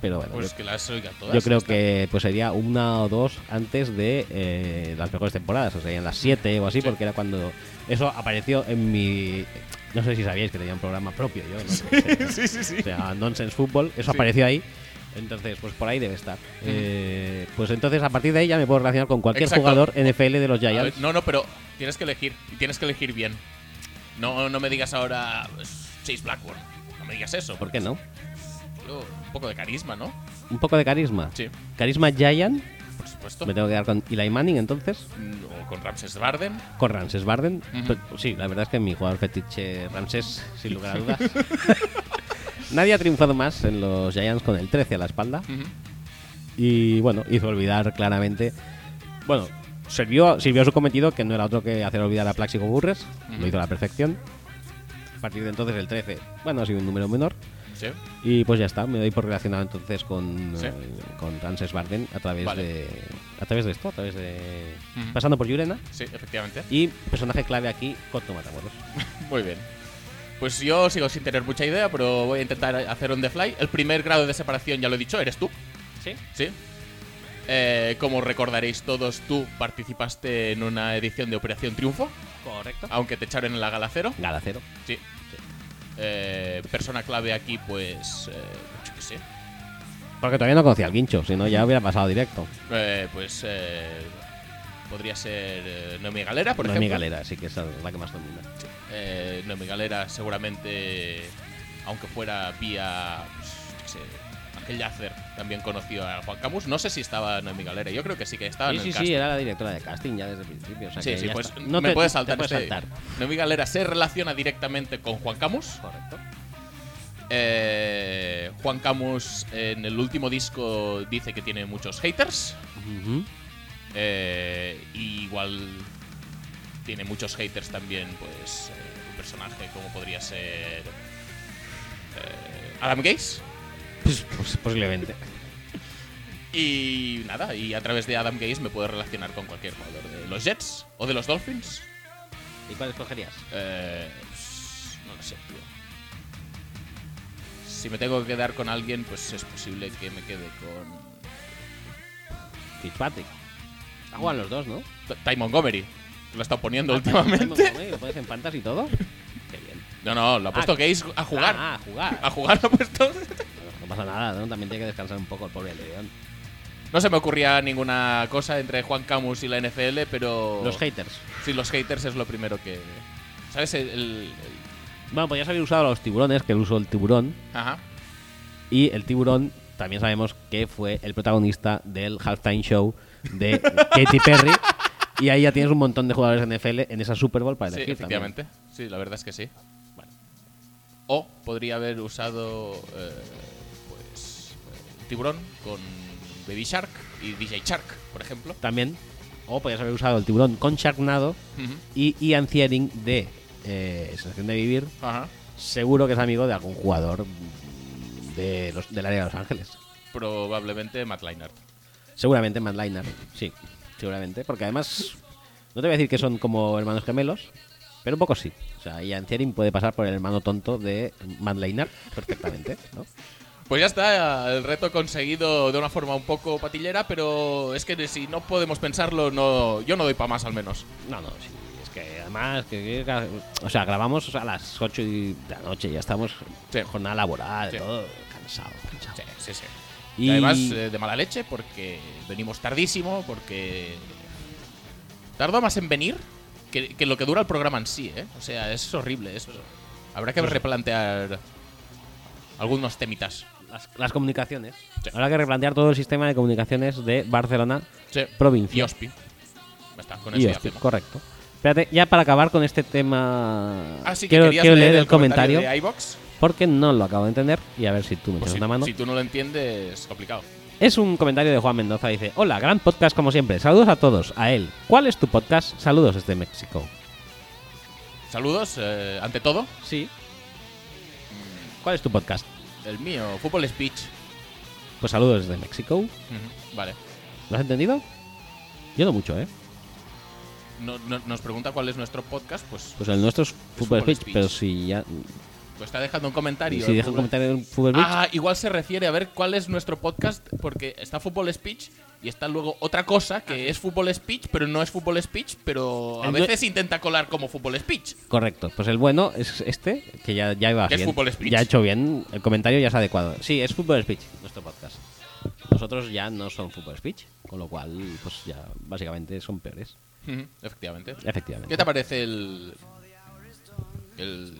pero bueno,
Pues
yo-
que las oiga todas.
yo, creo que pues sería una o dos antes de eh, las mejores temporadas, o sea, en las siete o así,
Sí.
porque era cuando eso apareció en mi... No sé si sabíais que tenía un programa propio yo, ¿no?
sí, sí, sí.
o sea, Nonsense Football, eso
Sí.
apareció ahí. Entonces, pues por ahí debe estar. Eh, pues entonces, a partir de ahí ya me puedo relacionar con cualquier
Exacto.
jugador NFL de los
A ver,
Giants.
no, no, pero tienes que elegir. Y tienes que elegir bien. No, no me digas ahora pues, Chase Blackburn. No me digas eso.
¿Por qué no?
Yo, un poco de carisma, ¿no?
Un poco de carisma.
Sí,
Carisma Giant.
por supuesto. Mm,
Me tengo que quedar con Eli Manning entonces.
O con Ramses Barden.
Con Ramses Barden.
Ujú.
Pero, Sí, la verdad es que mi jugador fetiche Ramses, sin lugar a dudas. Nadie ha triunfado más en los Giants con el 13 a la espalda.
Ujú.
Y bueno, hizo olvidar claramente. Bueno, sirvió, sirvió a su cometido, que no era otro que hacer olvidar a Plaxico Burres.
Ujú.
Lo hizo a la perfección. A partir de entonces, el 13, bueno, ha sido un número menor.
Sí.
Y pues ya está, me doy por relacionado entonces con,
Sí.
eh, con Ramses Barden a través
Vale.
de a través de esto, a través de
Ujú.
pasando por Yurena
Sí, efectivamente.
y personaje clave aquí Cotto Matamoros.
Muy bien. Pues yo sigo sin tener mucha idea, pero voy a intentar hacer on the fly. El primer grado de separación, ya lo he dicho, eres tú.
Sí.
Sí. Eh, como recordaréis todos, tú participaste en una edición de Operación Triunfo,
Correcto.
aunque te echaron en la gala cero.
Galacero.
Sí. Eh, persona clave aquí, pues. eh, yo qué sé.
Porque todavía no conocía al guincho, si no ya hubiera pasado directo.
Eh, pues. eh, podría ser eh, Noemi Galera, por
no es mi
ejemplo.
galera, así que esa es la que más domina.
Eh, Noemi Galera, seguramente. Aunque fuera vía. pues, yo qué sé. Ángel Yacer también conoció a Juan Camus. No sé si estaba Noemi Galera, yo creo que sí que estaba
Sí,
en el
sí,
casting.
sí, era la directora de casting ya desde el principio. o sea
Sí,
que
sí,
ya
pues
está.
me puedes saltar.
te puedes
este-
saltar.
Noemí Galera se relaciona directamente con Juan Camus.
Correcto.
Eh, Juan Camus en el último disco dice que tiene muchos haters.
Ujú.
Eh, y igual tiene muchos haters también, pues, eh, un personaje como podría ser eh, Adam Gaze.
Pues- pues- posiblemente.
Y nada, y a través de Adam Gaze me puedo relacionar con cualquier jugador de los Jets o de los Dolphins.
¿Y cuál escogerías?
Eh, no lo sé, tío. Si me tengo que quedar con alguien, pues es posible que me quede con
Fitzpatrick. Ah, juegan los dos, ¿no?
T- Ty Montgomery. Lo está poniendo
Ah,
últimamente.
¿Lo pones en fantasy y todo? Qué bien.
No, no, lo ha puesto
Ah,
Gaze a jugar.
Ah, a jugar.
A jugar lo ha puesto.
No pasa nada, ¿no? También tiene que descansar un poco el pobre León.
No se me ocurría ninguna cosa entre Juan Camus y la NFL, pero.
Los haters.
Sí, los haters es lo primero que. ¿Sabes? El. el-
Bueno, pues podrías haber usado a los tiburones, que él usó el tiburón.
Ajá.
Y el tiburón también sabemos que fue el protagonista del halftime show de Katy Perry. Y ahí ya tienes un montón de jugadores de NFL en esa Super Bowl para
Sí,
elegir. también.
efectivamente. Sí, la verdad es que sí. O podría haber usado eh, pues eh, tiburón con Baby Shark y DJ Shark, por ejemplo.
También. O podrías haber usado el tiburón con Sharknado
Ujú.
y Ian Thiering de eh, Sensación de Vivir.
Ajá.
Seguro que es amigo de algún jugador mm, de los, del área de Los Ángeles.
Probablemente Matt Leinart.
Seguramente Matt Leinart, sí, seguramente. Porque además, no te voy a decir que son como hermanos gemelos, pero un poco sí. O sea, Ian Thiering puede pasar por el hermano tonto de Matt Leinart perfectamente, ¿no?
Pues ya está, el reto conseguido de una forma un poco patillera, pero es que si no podemos pensarlo, no, yo no doy para más al menos.
No, no, sí. Es que además, que, que- o sea, grabamos a las 8 de la noche, ya estamos
Sí.
en jornada laboral,
Sí.
todo cansado, cansado.
Sí, sí, sí.
Y-
Y, además eh, de mala leche porque venimos tardísimo, porque tarda más en venir que, que lo que dura el programa en sí, ¿eh? O sea, es horrible eso. Habrá
Pues-
que replantear algunos temitas.
Las, las comunicaciones.
Sí.
Habrá que replantear todo el sistema de comunicaciones de Barcelona
Sí.
provincia.
Y Ospi. Ya está, con eso
Y
ya
Hospi,
hacemos.
correcto. Espérate, ya para acabar con este tema,
Ah, sí, que
quiero,
querías
quiero leer el comentario,
de iVox.
porque no lo acabo de entender y a ver si tú me
Pues
echas
si,
una mano.
si tú no lo entiendes, complicado.
Es un comentario de Juan Mendoza. Dice: Hola, gran podcast como siempre. Saludos a todos. A él. ¿Cuál es tu podcast? Saludos desde México.
Saludos, eh, ante todo,
Sí. ¿Cuál es tu podcast?
el mío, Fútbol Speech.
Pues saludos desde México.
Ujú, Vale.
¿Lo has entendido? Yo no mucho, ¿eh?
No- no- nos pregunta cuál es nuestro podcast, pues,
Pues el nuestro es Football
Football
Speech,
Speech.
pero si ya.
pues está dejando un comentario.
Si
el
deja un
Fútbol-
comentario en Football Speech.
Ah, igual se refiere a ver cuál es nuestro podcast, porque está Fútbol Speech y está luego otra cosa que es Fútbol Speech, pero no es Fútbol Speech, pero a
El nue-
veces intenta colar como Fútbol Speech.
Correcto. Pues el bueno es este, que ya, ya iba
Que es
bien.
Football Speech.
Ya ha hecho bien. El comentario ya es adecuado. Sí, es Football Speech, nuestro podcast. Nosotros ya no son Football Speech, con lo cual, pues ya básicamente son peores.
Ujú, Efectivamente.
Efectivamente.
¿Qué te parece el, el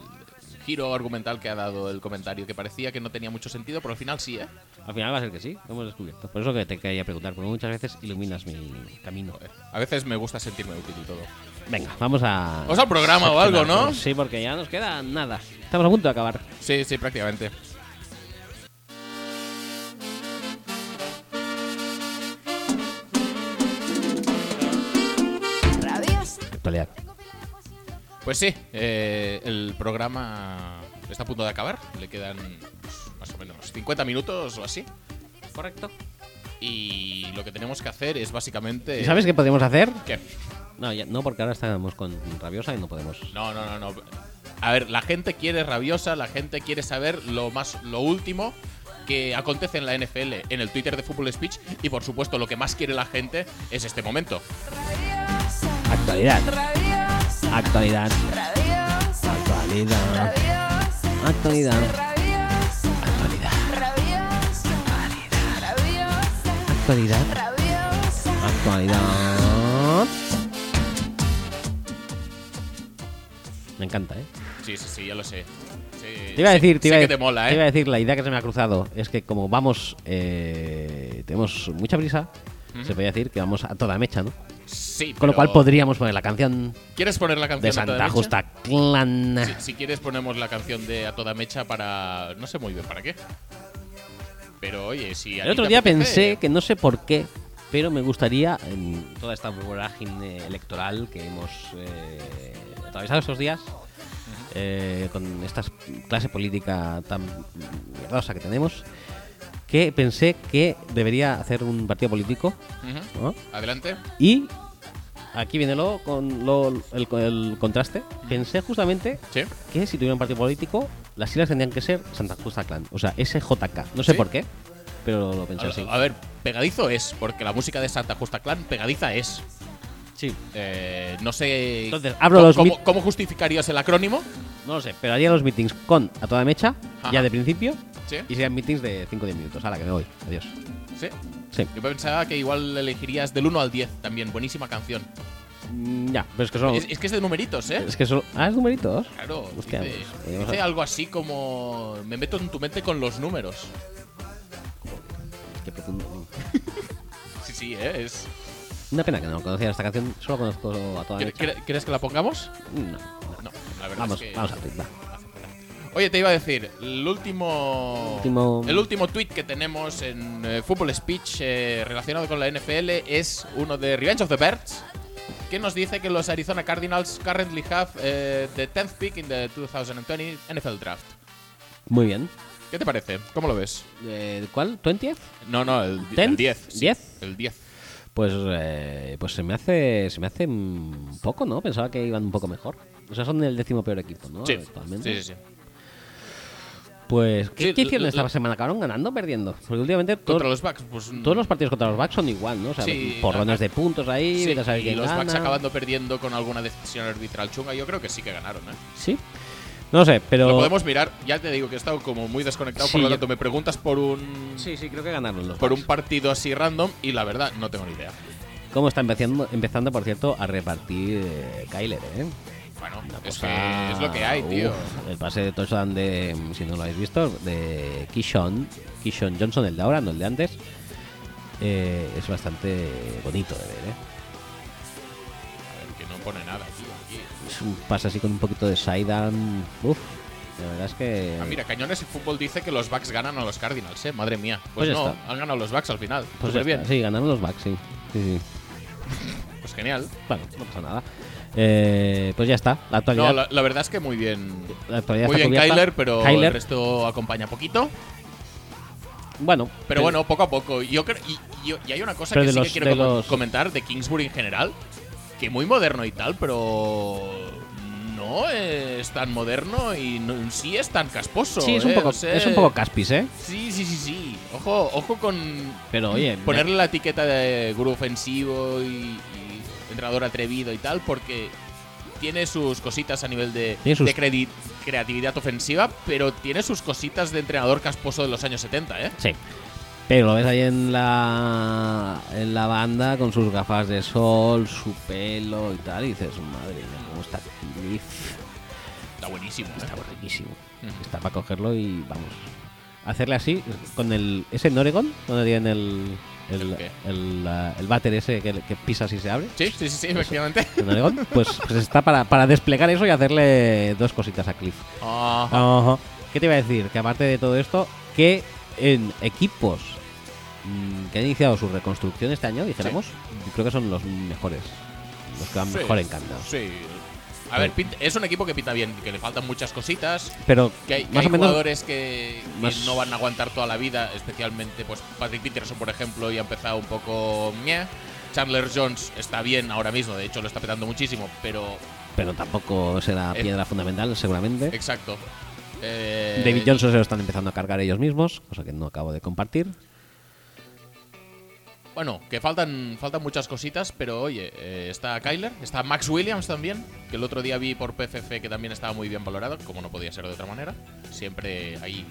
giro argumental que ha dado el comentario? Que parecía que no tenía mucho sentido, pero al final sí, ¿eh?
Al final va a ser que sí, lo hemos descubierto. Por eso que te quería preguntar, porque muchas veces iluminas mi camino.
Joder, A veces me gusta sentirme útil y todo.
Venga, vamos a.
Vamos al programa o algo, ¿no?
Sí, porque ya nos queda nada. Estamos a punto de acabar.
Sí, sí, prácticamente.
Actualidad.
Pues sí, eh, el programa está a punto de acabar. Le quedan pues, más o menos 50 minutos o así.
Correcto.
Y lo que tenemos que hacer es básicamente.
¿Y sabes qué podemos hacer?
¿Qué?
No, ya- no, porque ahora estamos con Rabiosa y no podemos.
No, no, no, no. A ver, la gente quiere rabiosa, la gente quiere saber lo más, lo último que acontece en la NFL, en el Twitter de Fútbol Speech y por supuesto lo que más quiere la gente es este momento.
Actualidad.
Rabiosa,
Actualidad.
rabiosa,
Actualidad.
rabiosa,
Actualidad.
rabiosa, rabiosa, rabiosa,
Actualidad.
rabiosa.
Actualidad. Me encanta, ¿eh?
Sí, sí, sí, ya lo sé. Sí,
Te iba a
sé-
decir, te iba,
sé
a-
que te mola,
te iba a
¿eh?
decir, la idea que se me ha cruzado es que como vamos, eh, tenemos mucha prisa, se podría decir que vamos a toda mecha, ¿no?
Sí,
Con lo
pero-
cual podríamos poner la canción
¿Quieres poner la canción
de
a toda
Santa
mecha?
Justa Clan.
Si, si quieres ponemos la canción de A toda mecha para no sé muy bien para qué. Pero oye, si a
El
ti
otro
te
día
apetece-
pensé que no sé por qué, pero me gustaría, en toda esta vorágine electoral que hemos eh, atravesado estos días, eh, con esta clase política tan mierdosa que tenemos, que pensé que debería hacer un partido político,
Ujú.
¿no?
Adelante.
Y aquí viene lo, con lo- el, el contraste. Pensé justamente
Sí.
que si tuviera un partido político, las siglas tendrían que ser Santa Justa Clan, o sea, SJK. No sé
Sí.
por qué, pero lo
A,
pensé así.
a ver, pegadizo es, porque la música de Santa Justa Clan pegadiza es. ah,
Sí,
Eh, no sé.
Entonces, abro
¿cómo-
los
¿cómo,
mic-
cómo justificarías el acrónimo?
no lo sé, pero haría los meetings con a toda mecha,
Ajá.
ya de principio,
Sí.
y serían meetings de 5 o 10 minutos. Ahora que me voy, adiós.
Sí.
Sí,
Yo pensaba que igual elegirías del 1 al 10 también. Buenísima canción.
Mm, ya, pero es que solo.
Es, es que es de numeritos, ¿eh?
Es que solo. Ah, es numeritos.
Claro.
Hostia,
dice,
pues, podríamos
dice
hacer-
algo así como. Me meto en tu mente con los números.
Qué profundo.
Sí, sí, ¿eh? Es.
Una pena que no conociera esta canción, solo conozco a toda
¿Cre-
mecha.
cre- ¿Crees que la pongamos?
No, no.
No, la verdad
Vamos,
es que.
vamos al ritmo.
Oye, te iba a decir, el último,
Último-
el último tweet que tenemos en eh, Football Speech eh, relacionado con la NFL es uno de Revenge of the Birds, que nos dice que los Arizona Cardinals currently have eh, the 10th pick in the 2020 NFL Draft.
Muy bien.
¿Qué te parece? ¿Cómo lo ves?
Eh, ¿Cuál? ¿20th?
No, no, el, di-
¿Tenth?
el 10. sí,
¿Diez?
el 10.
Pues, eh, pues se me hace se me hace un poco, ¿no? Pensaba que iban un poco mejor. O sea, son el décimo peor equipo, ¿no?
Sí,
Actualmente.
sí, sí, sí.
Pues, ¿qué,
Sí,
qué
l-
hicieron
l-
esta semana? ¿Acabaron ganando o perdiendo? Porque últimamente todos,
Contra los Bucks, pues. mm,
todos los partidos contra los Bucks son igual, ¿no? O sea,
Sí,
porrones
la-
de puntos ahí,
sí,
vete a saber
y
quién
los
gana.
Bucks acabando perdiendo con alguna decisión arbitral chunga. Yo creo que sí que ganaron, ¿eh?
Sí. No sé, pero.
Lo podemos mirar. Ya te digo que he estado como muy desconectado, por
Sí,
lo
yo-
tanto me preguntas por un
Sí, sí, creo que ganaron los
por un
Bucks.
partido así random y la verdad no tengo ni idea.
¿Cómo está empezando, empezando, por cierto, a repartir eh, Kyler, eh?
Bueno,
Una
es,
cosa-
que es lo que hay, tío.
Uf, el pase de touchdown de, si no lo habéis visto, de Kishon, Kishon Johnson, el de ahora, no el de antes, eh, es bastante bonito de ver, ¿eh?
A ver, que no pone nnada, tío. aquí.
Es un pase así con un poquito de sidearm. Uf, la verdad es que.
Ah, mira, Cañones y Fútbol dice que los Bucks ganan a los Cardinals, eh. Madre mía. Pues,
Pues ya
no,
está.
han ganado los Bucks al final.
pues ya
Súper bien.
está. Sí, ganaron los Bucks, sí. Sí, sí.
Pues genial.
Bueno, no pasa nada. Eh, pues ya está, la actualidad.
No, la, la verdad es que muy bien.
la actualidad
Muy
está
bien,
cubierta.
Kyler, pero el
Kyler,
resto acompaña poquito.
bueno.
Pero bueno, poco a poco. Yo creo, y, y- y hay una cosa
Pero
que
de
sí
los-
que quiero
de
com-
los-
comentar de Kingsbury en general, que muy moderno y tal, pero no es tan moderno y no- sí es tan casposo.
Sí, es un
eh,
poco,
o sea,
es un poco caspis, ¿eh?
Sí, sí, sí, sí. Ojo, ojo con
Pero oye, me-
ponerle la etiqueta de gurú ofensivo y, y entrenador atrevido y tal, porque tiene sus cositas a nivel de,
Tiene sus-
de credi- creatividad ofensiva, pero tiene sus cositas de entrenador casposo de los años 70, ¿eh?
Sí. Pero lo ves ahí en la, en la banda con sus gafas de sol, su pelo y tal. Y dices, madre mía, cómo está Cliff.
Está buenísimo. ¿eh?
Está riquísimo.
Ujú.
Está para cogerlo y vamos. Hacerle así, con el. ¿Ese en Oregon? ¿Dónde tienen el. El,
¿El qué?
el, ah, el váter ese que, que pisas y se abre?
Sí, sí, sí, sí, efectivamente.
En Oregon. Pues, pues está para, para desplegar eso y hacerle dos cositas a Cliff. Ah.
Ajá.
Ajá. ¿Qué te iba a decir? Que aparte de todo esto, que en equipos mm, que han iniciado su reconstrucción este año, dijéramos, creo que son los mejores. Los que van
Sí,
mejor encantados.
Sí. A ver, pint- es un equipo que pinta bien, que le faltan muchas cositas,
Pero
que hay, que
más
hay
o menos.
jugadores que, que
más-
no van a aguantar toda la vida, especialmente pues Patrick Peterson, por ejemplo, ya ha empezado un poco meh. Chandler Jones está bien ahora mismo, de hecho lo está petando muchísimo, pero
Pero tampoco será
Eh,
piedra fundamental, seguramente.
exacto. Eh,
David Johnson se lo están empezando a cargar ellos mismos, cosa que no acabo de compartir.
Bueno, que faltan, faltan muchas cositas, pero oye, eh, está Kyler, está Max Williams también, que el otro día vi por PFF que también estaba muy bien valorado, como no podía ser de otra manera. Siempre ahí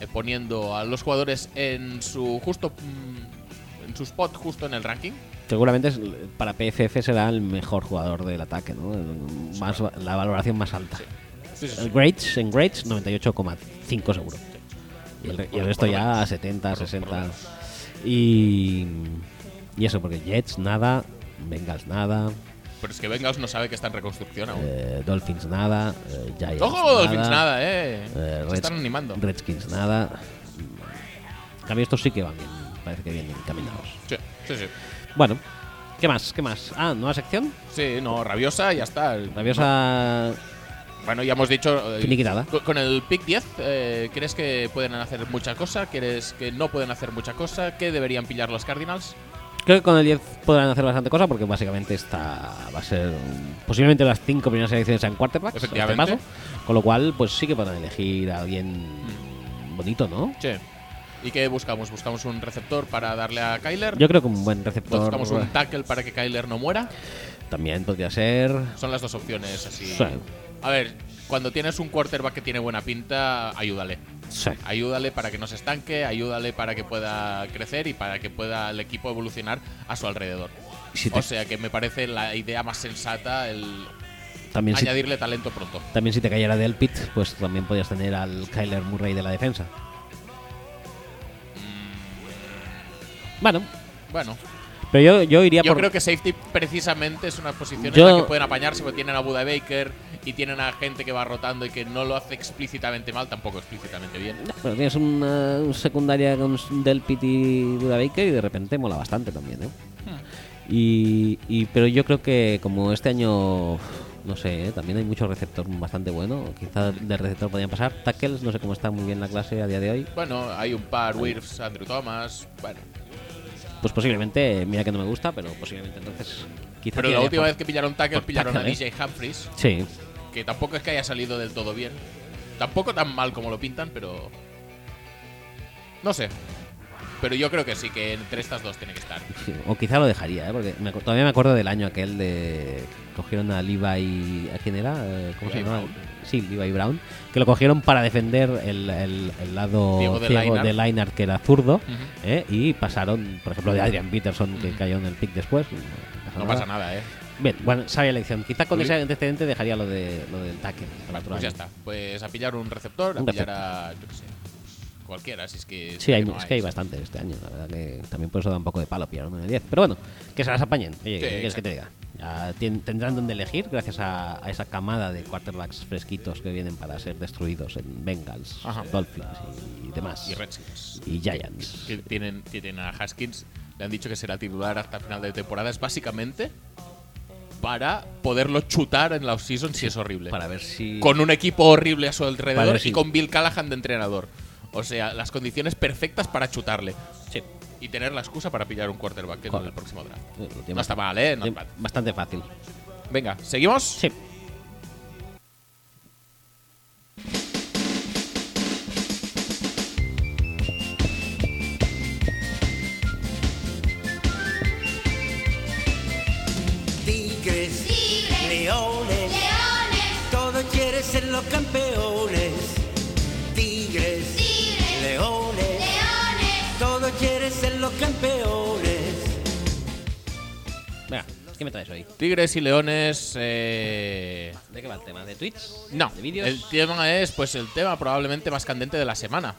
eh, poniendo a los jugadores en su justo. mm, en su spot justo en el ranking.
Seguramente es- para PFF será el mejor jugador del ataque, ¿no? El- Más, va- la valoración más alta.
Sí, sí, sí.
El grades, en grades, 98,5 seguro. Y el, y el
Por-
resto
por lo
ya
menos.
70,
Por- por
60.
lo menos.
Y, y eso, porque Jets nada, Bengals nada,
Pero es que Bengals no sabe que está en reconstrucción aún.
eh, Dolphins nada, eh, Giants
¡Ojo, Dolphins! Nada, eh.
eh,
Se
Reds-
están animando.
Redskins nada. En cambio, estos sí que van bien, parece que vienen encaminados.
Sí, sí, sí.
Bueno, ¿qué más? ¿Qué más? Ah, nueva sección,
Sí, no, rabiosa, ya está.
rabiosa
Bueno, ya hemos dicho. eh,
finiquitada.
Con- Con el pick 10, eh, ¿crees que pueden hacer mucha cosa? ¿Crees que no pueden hacer mucha cosa? ¿Qué deberían pillar los Cardinals?
Creo que con el 10 podrán hacer bastante cosa porque básicamente esta va a ser mm, posiblemente las cinco primeras elecciones sean quarterbacks. este
Efectivamente.
paso. con lo cual, pues sí que podrán elegir a alguien
Mm.
bonito, ¿no?
Che. ¿Y qué buscamos? ¿Buscamos un receptor para darle a Kyler?
Yo creo que un buen receptor
¿Buscamos Pues un tackle para que Kyler no muera?
también podría ser.
Son las dos opciones así.
Sí.
A ver, cuando tienes un quarterback que tiene buena pinta, ayúdale.
Sí.
Ayúdale para que no se estanque, ayúdale para que pueda crecer y para que pueda el equipo evolucionar a su alrededor.
Si te-
O sea que me parece la idea más sensata el
también, si,
añadirle talento pronto.
también si te cayera del pit, pues también podrías tener al Kyler Murray de la defensa.
Mm.
Bueno,
Bueno,
pero yo, yo iría
Yo
por.
creo que safety precisamente es una posición
Yo-
en la que pueden apañarse porque tienen a Buda Baker y tienen a gente que va rotando y que no lo hace explícitamente mal, tampoco explícitamente bien.
Bueno, tienes una un secundaria con s- Delpit y Buda Baker y de repente mola bastante también, ¿eh? Y, y- pero yo creo que como este año, no sé, ¿eh? también hay muchos receptor bastante bueno, quizás del receptor podrían pasar. Tackles, no sé cómo está muy bien la clase a día de hoy.
Bueno, hay un par, Wirfs, Andrew Thomas. Bueno,
Pues posiblemente, mira que no me gusta, pero posiblemente entonces quizás...
pero la última vez que pillaron tackle
por
pillaron a
tackle, ¿eh?
DJ Humphries,
Sí,
que tampoco es que haya salido del todo bien. Tampoco tan mal como lo pintan, pero. No sé. Pero yo creo que sí, que entre estas dos tiene que estar.
sí, o quizá lo dejaría, ¿eh? Porque me acu- todavía me acuerdo del año aquel de... que Cogieron a Levi... ¿A quién era? Eh, ¿Cómo se
Levi
llamaba?
Brown.
Sí, Levi Brown. Que lo cogieron para defender el, el- el lado
Ciego de
ciego
Lainard.
de Lainard, que era zurdo.
Ujú.
¿eh? y pasaron, por ejemplo, de Adrian Peterson, que
Ujú.
cayó en el pick después.
No pasa nada, ¿eh?
Bien, bueno, sabia elección. Quizá con
Uy.
ese antecedente dejaría lo, de, lo del tackle.
Vale, pues ya está. Pues a pillar un receptor, a
Un
pillar a. Yo qué sé. pues, cualquiera, si es que.
Sí, hay,
no
es que hay bastantes este año, la verdad que también por eso da un poco de palo pillar uno de 10. Pero bueno, que se las apañen. Oye,
Sí,
¿qué quieres que te diga? Ya tien- tendrán donde elegir gracias a, a esa camada de quarterbacks fresquitos que vienen para ser destruidos en Bengals,
Ajá.
Dolphins y demás.
Y Redskins.
Y Giants.
Que tienen, tienen a Haskins, le han dicho que será titular hasta final de temporada. Es básicamente para poderlo chutar en la offseason si es horrible.
Para ver si.
Con un equipo horrible a su
Para
alrededor
ver si-
y con Bill Callahan de entrenador. O sea, las condiciones perfectas para chutarle.
Sí.
Y tener la excusa para pillar un quarterback que es
Correcto.
el próximo draft.
Lo tiene
No está mal, ¿eh? No
tiene
está mal.
Bastante fácil.
Venga, ¿seguimos?
Sí.
Tigres, leones, todos quieren ser los campeones. Tigres, leones, todos quieren ser los campeones.
Venga, ¿qué me traes hoy?
Tigres y Leones. eh,
¿De qué va el tema? ¿De tweets?
No,
¿De vídeos?
el tema es pues el tema probablemente más candente de la semana.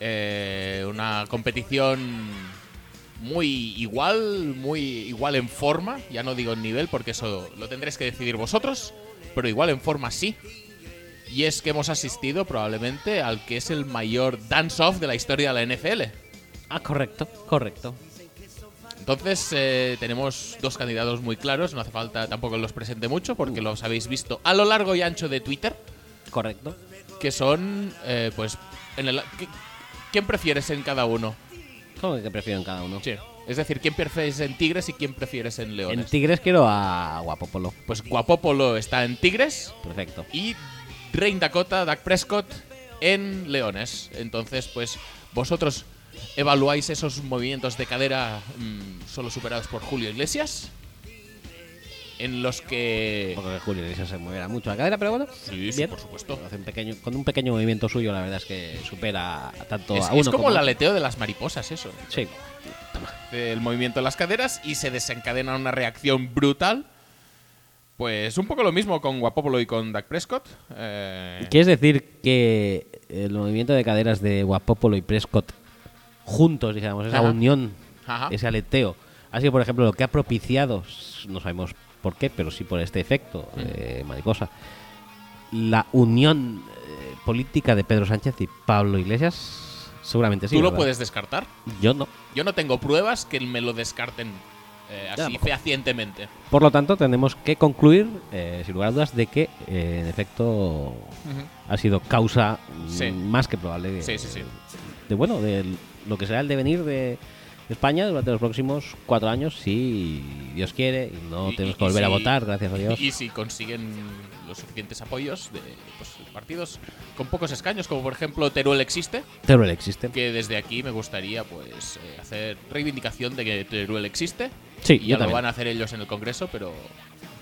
Eh, una competición muy igual, muy igual en forma, ya no digo en nivel porque eso lo tendréis que decidir vosotros, pero igual en forma sí. Y es que hemos asistido probablemente al que es el mayor dance-off de la historia de la NFL.
Ah, correcto, correcto.
Entonces eh, tenemos dos candidatos muy claros, no hace falta tampoco que los presente mucho porque los habéis visto a lo largo y ancho de Twitter.
Correcto.
que son, eh, pues, en el, ¿qui- ¿quién prefieres en cada uno?
¿Cómo que prefiero en cada uno?
Sí. Es decir, ¿quién prefieres en Tigres y quién prefieres en
En
Leones?
Tigres quiero a Guapopolo.
pues Guapopolo está en Tigres
Perfecto.
y Rain Dakota, Dak Prescott, en Leones. Entonces, pues, vosotros evaluáis esos movimientos de cadera mm, solo superados por Julio Iglesias, en los que...
Porque Julio Iglesias se moverá mucho la cadera, pero bueno.
Sí, sí,
bien.
por supuesto.
Hace un pequeño, con un pequeño movimiento suyo, la verdad es que supera tanto
Es,
a uno
es como Eh.
a
el
otro.
aleteo de las mariposas, eso.
Sí,
el movimiento de las caderas y se desencadena una reacción brutal. Pues un poco lo mismo con Guapopolo y con Dak Prescott. Eh,
¿Quieres decir que el movimiento de caderas de Guapopolo y Prescott juntos, digamos, esa
Ajá.
unión,
Ajá.
ese aleteo, ha sido, por ejemplo, lo que ha propiciado, s- no sabemos por qué, pero sí por este efecto, eh, mariposa, la unión eh, política de Pedro Sánchez y Pablo Iglesias? Seguramente sí.
Tú lo
¿verdad?
puedes descartar.
Yo no.
Yo no tengo pruebas que me lo descarten eh, así
tampoco.
fehacientemente.
Por lo tanto, tenemos que concluir, eh, sin lugar a dudas, de que, eh, en efecto, ha sido causa mm,
Sí.
más que probable de,
Sí, sí, sí.
de, bueno, de lo que será el devenir de España durante los próximos cuatro años, si Dios quiere, y no
Y-
tenemos
y-
que
y
volver a
si-
votar, gracias a Dios.
Y si consiguen los suficientes apoyos de pues, partidos con pocos escaños, como por ejemplo Teruel existe,
Teruel existe.
que desde aquí me gustaría pues eh, hacer reivindicación de que Teruel existe.
Sí,
Y
yo
ya lo
también.
van a hacer ellos en el Congreso, pero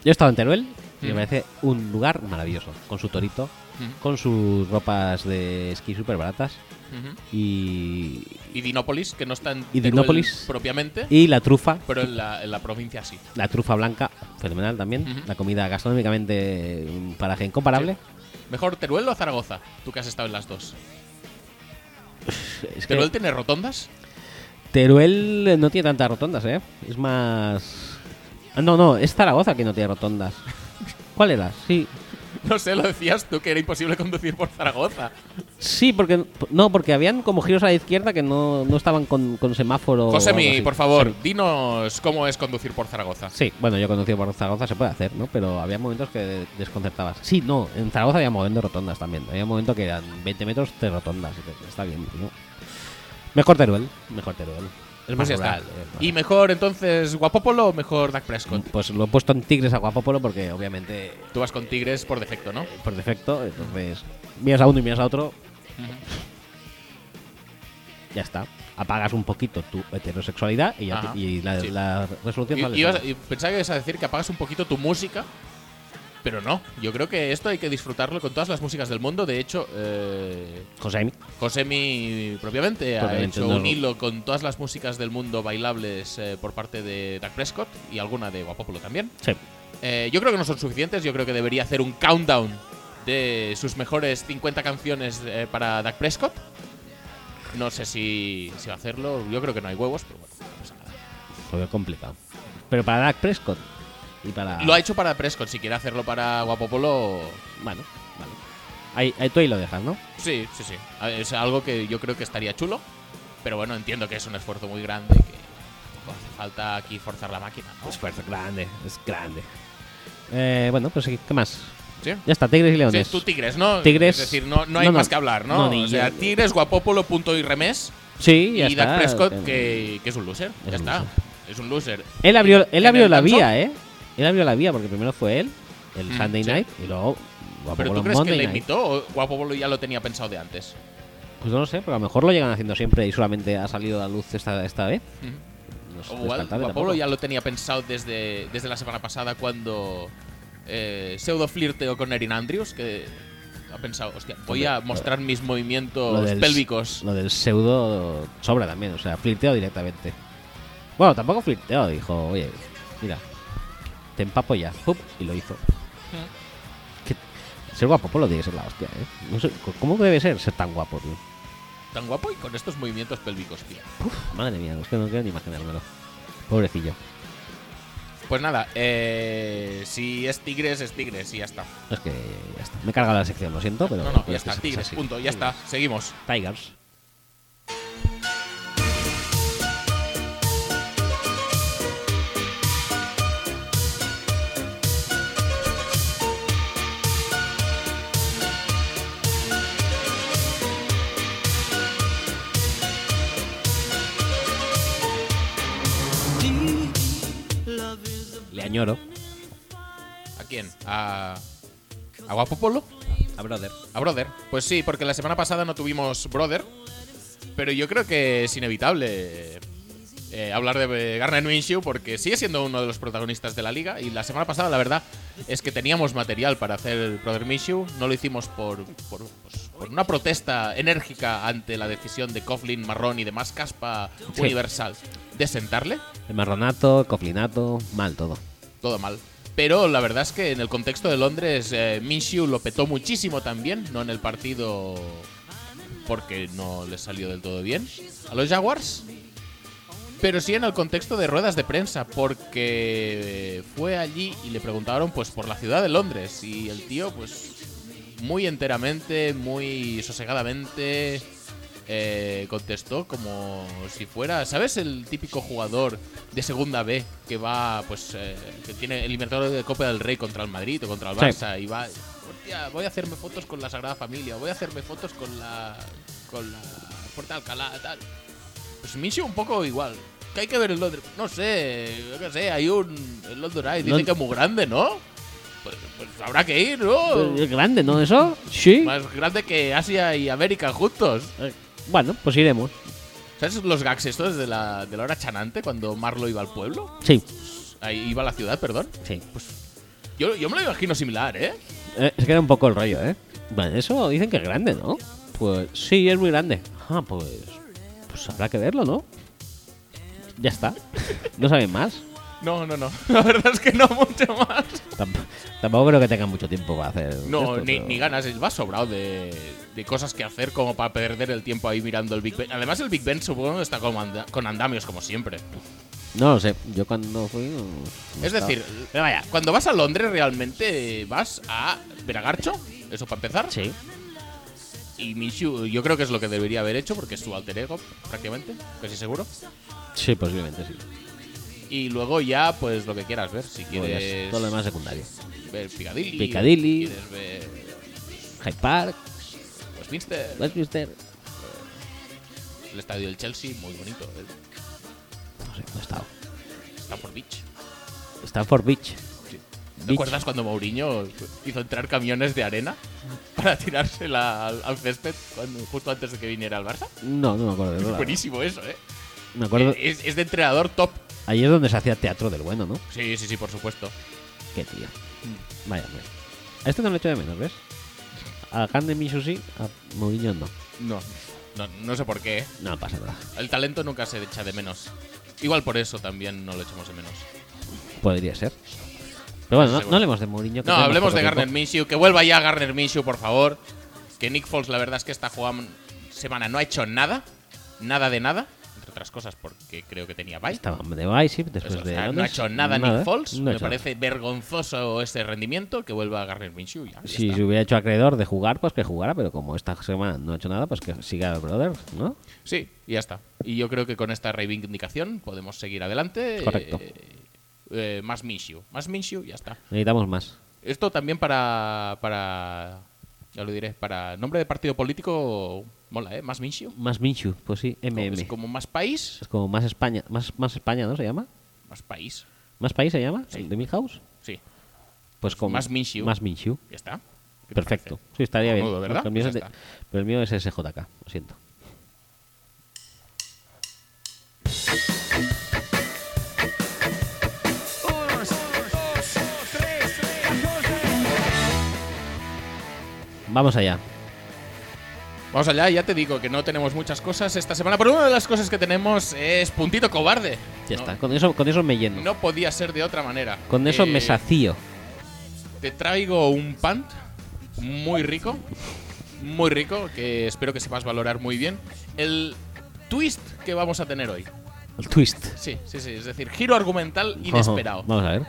Yo he estado en Teruel y me
Mm.
parece un lugar maravilloso, con su torito,
Mm.
con sus ropas de esquí súper baratas
ujú.
y,
y Dinópolis, que no está en
Y
Teruel
Dinópolis.
propiamente,
y la trufa
pero en la, en la provincia sí.
la trufa blanca, fenomenal también.
Ujú.
La comida gastronómicamente, mm, un paraje incomparable.
¿Mejor Teruel o Zaragoza? Tú que has estado en las dos.
Es que
¿Teruel tiene rotondas?
Eh, Teruel no tiene tantas rotondas, ¿eh? Es más. Ah, No, no, es Zaragoza que no tiene rotondas. ¿Cuál era? Sí.
No sé, lo decías tú que era imposible conducir por Zaragoza.
Sí, porque. No, porque habían como giros a la izquierda que no, no estaban con, con semáforo. o algo
Josemi,
así.
por favor, dinos cómo es conducir por Zaragoza.
Sí, bueno, yo he conocido por Zaragoza, se puede hacer, ¿no? Pero había momentos que desconcertabas. Sí, no, en Zaragoza había momentos de rotondas también. Había un momento que eran 20 metros de rotondas. y dices, Está bien, ¿no? Mejor Teruel, mejor Teruel. Es
Pues
más
ya está.
rural, eh, es más-
¿Y mejor entonces Guapopolo o mejor Dak Prescott?
Pues lo he puesto en Tigres a Guapopolo porque obviamente
Tú vas con Tigres por defecto, ¿no?
por defecto, entonces miras a uno y miras a otro. Ya está. Apagas un poquito tu heterosexualidad y, ya
Ajá,
te- y la,
sí.
la resolución
Y-
sale
y ibas-
sola.
y pensaba que ibas a decir que apagas un poquito tu música Pero no, yo creo que esto hay que disfrutarlo con todas las músicas del mundo. De hecho, eh,
José Emi.
Josemi propiamente ha
Propiamente
hecho
no.
un hilo con todas las músicas del mundo bailables eh, por parte de Doug Prescott y alguna de Guapopolo también.
Sí.
Eh, yo creo que no son suficientes, yo creo que debería hacer un countdown de sus mejores 50 canciones eh, para Doug Prescott. No sé si, si va a hacerlo, yo creo que no hay huevos, pero bueno, no pasa nada.
Lo veo complicado. Pero para Dak Prescott. Y para.
Lo ha hecho para Prescott, si quiere hacerlo para Guapopolo,
Bueno, vale. Ahí, ahí tú ahí lo dejas, ¿no?
sí, sí, sí. A- Es algo que yo creo que estaría chulo, pero bueno, entiendo que es un esfuerzo muy grande, que tampoco hace falta aquí forzar la máquina, ¿no?
Esfuerzo grande, es grande. Eh, bueno, pues ¿qué más?
Sí.
Ya está, Tigres y
Sí,
Leones.
tú Tigres, ¿no?
Tigres-
Es decir, no, no hay
no, no.
más que hablar, ¿no?
No, ni
o sea,
yo-
Tigres, Guapopolo, punto y remés.
sí, ya
y
está.
Dak Prescott,
Eh,
que, que es un loser.
Es un
ya está.
loser.
Es un loser.
Él abrió, él
en
abrió
el
la
gancho.
vía, ¿eh? Él abrió la vía porque primero fue él, el
Mm,
Sunday
sí.
Night, y luego. Guapo
¿Pero
Bolo
tú crees que
Monday
le
Night.
imitó o Guapopolo ya lo tenía pensado de antes?
Pues no lo sé, pero a lo mejor lo llegan haciendo siempre y solamente ha salido a la luz esta, esta vez. No es
O igual
descartable
Guapopolo
tampoco.
ya lo tenía pensado desde, desde la semana pasada cuando eh, pseudo flirteo con Erin Andrews, que ha pensado, hostia, voy a mostrar mis
Lo
movimientos
del-
pélvicos.
Lo del pseudo sobra también, o sea, flirteo directamente. Bueno, tampoco flirteo, dijo, oye, mira, te empapo ya, Pup, y lo hizo. Que- ser guapo, pues lo tiene que ser la hostia, ¿eh? No sé, co- ¿Cómo debe ser ser tan guapo, tío?
Tan guapo y con estos movimientos pélvicos, tío.
Puf, madre mía, es que no quiero ni imaginármelo. Pobrecillo.
Pues nada, eh, si es Tigres, es Tigres y ya está.
Es que ya está. Me he cargado la sección, lo siento, pero.
No, no,
pero
ya
es que
está.
es- es
Tigres,
así.
punto, ya está. Seguimos.
Tigers. Le añoro
¿A quién? ¿A, a Guapopolo?
a Brother.
A Brother. Pues sí, porque la semana pasada no tuvimos Brother. Pero yo creo que es inevitable eh, hablar de eh, Garner Minshew porque sigue siendo uno de los protagonistas de la liga. Y la semana pasada, la verdad, es que teníamos material para hacer el Brother Minshew. No lo hicimos por, por, pues, por una protesta enérgica ante la decisión de Coughlin, Marrón y demás caspa
Sí.
universal de sentarle.
El marronato, el coflinato, mal todo.
todo mal. Pero la verdad es que en el contexto de Londres, eh, Minshew lo petó muchísimo también, no en el partido porque no le salió del todo bien a los Jaguars, pero sí en el contexto de ruedas de prensa, porque fue allí y le preguntaron pues por la ciudad de Londres y el tío pues muy enteramente, muy sosegadamente eh, contestó como si fuera, ¿sabes? El típico jugador de segunda B que va, pues, eh, que tiene el inventario de Copa del Rey contra el Madrid o contra el
Sí.
Barça y va, "Hostia, voy a hacerme fotos con la Sagrada Familia, voy a hacerme fotos con la, con la Puerta de Alcalá, tal. Pues Minshew un poco igual. Que hay que ver el Londres. No sé, yo qué sé, hay un. El London Eye, dice
Lon-
que es muy grande, ¿no? Pues, pues habrá que ir, ¿no?
Es grande, ¿no? Eso. Sí.
Más grande que Asia y América juntos.
Eh, Bueno, pues iremos.
¿Sabes los gags estos de la, de la hora chanante cuando Marlo iba al pueblo?
Sí,
Ahí iba a la ciudad, perdón.
sí. pues,
Yo, yo me lo imagino similar, ¿eh?
Eh, se queda un poco el rollo, ¿eh? Bueno, eso dicen que es grande, ¿no? Pues sí, es muy grande. Ah, pues. Pues habrá que verlo, ¿no? Ya está. No saben más.
No, no, no. La verdad es que no mucho más.
Tamp- tampoco creo que tengan mucho tiempo para hacer.
No,
esto,
ni,
pero-
ni ganas. Va sobrado de, de cosas que hacer como para perder el tiempo ahí mirando el Big Ben. Además, el Big Ben supongo que está con, anda- con andamios, como siempre.
No lo sé. Yo cuando fui. no- no
Es
estaba.
decir,
Pero vaya.
cuando vas a Londres realmente vas a Veragarcho, eso para empezar.
Sí.
Y Minshew, yo creo que es lo que debería haber hecho porque es su alter ego, prácticamente, casi seguro.
Sí, posiblemente sí.
Y luego ya, pues lo que quieras ver. Si quieres
Podrías- Pues Todo lo demás secundario.
ver Piccadilly,
Piccadilly.
si quieres ver
Hyde Park,
Westminster,
Westminster.
el estadio del Chelsea, muy bonito. el
No sé, no he estado.
Stamford Beach.
Stanford Beach.
¿Te
Beach.
acuerdas cuando Mourinho hizo entrar camiones de arena para tirársela al, al césped cuando- justo antes de que viniera al Barça?
No, no me acuerdo. de verdad.
Buenísimo eso, ¿eh?
Me acuerdo.
Es, es de entrenador top.
Ahí es donde se hacía teatro del bueno, ¿no?
Sí, sí, sí, por supuesto.
Qué tío.
Mm.
Vaya, hombre. A Esto no lo echo de menos, ¿ves? A Gandhi Michu sí, a Mourinho no.
No. no. no sé por qué. ¿eh?
No pasa nada.
El talento nunca se echa de menos. Igual por eso también no lo echamos de menos.
Podría ser. Pero bueno, no,
Seguro.
no hablemos de Mourinho. que
No,
tenemos
hablemos
poco
de Garner
tiempo.
Minshew. Que vuelva ya Garner Minshew, por favor. Que Nick Foles, la verdad es que esta jugada- semana no ha hecho nada. Nada de nada. Entre otras cosas porque creo que tenía bye.
Estaba de Vice, después
Eso, o
de.
sea, no ha
Londres.
hecho nada, Nick Foles.
no ha
Me
hecho nada.
parece vergonzoso ese rendimiento. Que vuelva Garner Minshew. Ya, ya
Si
está.
se hubiera hecho acreedor de jugar, pues que jugara, pero como esta semana no ha hecho nada, pues que siga el brother, ¿no?
Sí, y ya está. Y yo creo que con esta reivindicación podemos seguir adelante.
Correcto.
Eh, eh, más Minshew. Más Minshew, ya está.
Necesitamos más.
Esto también para. para ya lo diré. Para nombre de partido político. Mola, ¿eh? Más Minshew.
Más Minchu, pues sí, MM.
Es como más país.
Es como más España, más, más España, ¿no se llama?
Más país.
¿Más país se llama?
Sí.
¿De Milhouse?
Sí,
Pues como.
Más Minshew.
Más Minshew.
ya está. ¿Qué te
Perfecto.
parece?
Sí, estaría bien.
Cojonudo, ¿verdad?
Porque el mío
Pues
es
ya
de-
está.
pero el mío es SJK, lo siento. Vamos allá.
Vamos allá, ya te digo que no tenemos muchas cosas esta semana, pero una de las cosas que tenemos es puntito cobarde.
Ya
No-
está. Con eso, con eso me lleno.
No podía ser de otra manera.
Con eso me
Eh,
sacío.
Te traigo un pant muy rico, muy rico, que espero que sepas valorar muy bien. El twist que vamos a tener hoy.
El twist.
Sí, sí, sí, es decir, giro argumental inesperado.
Vamos a ver.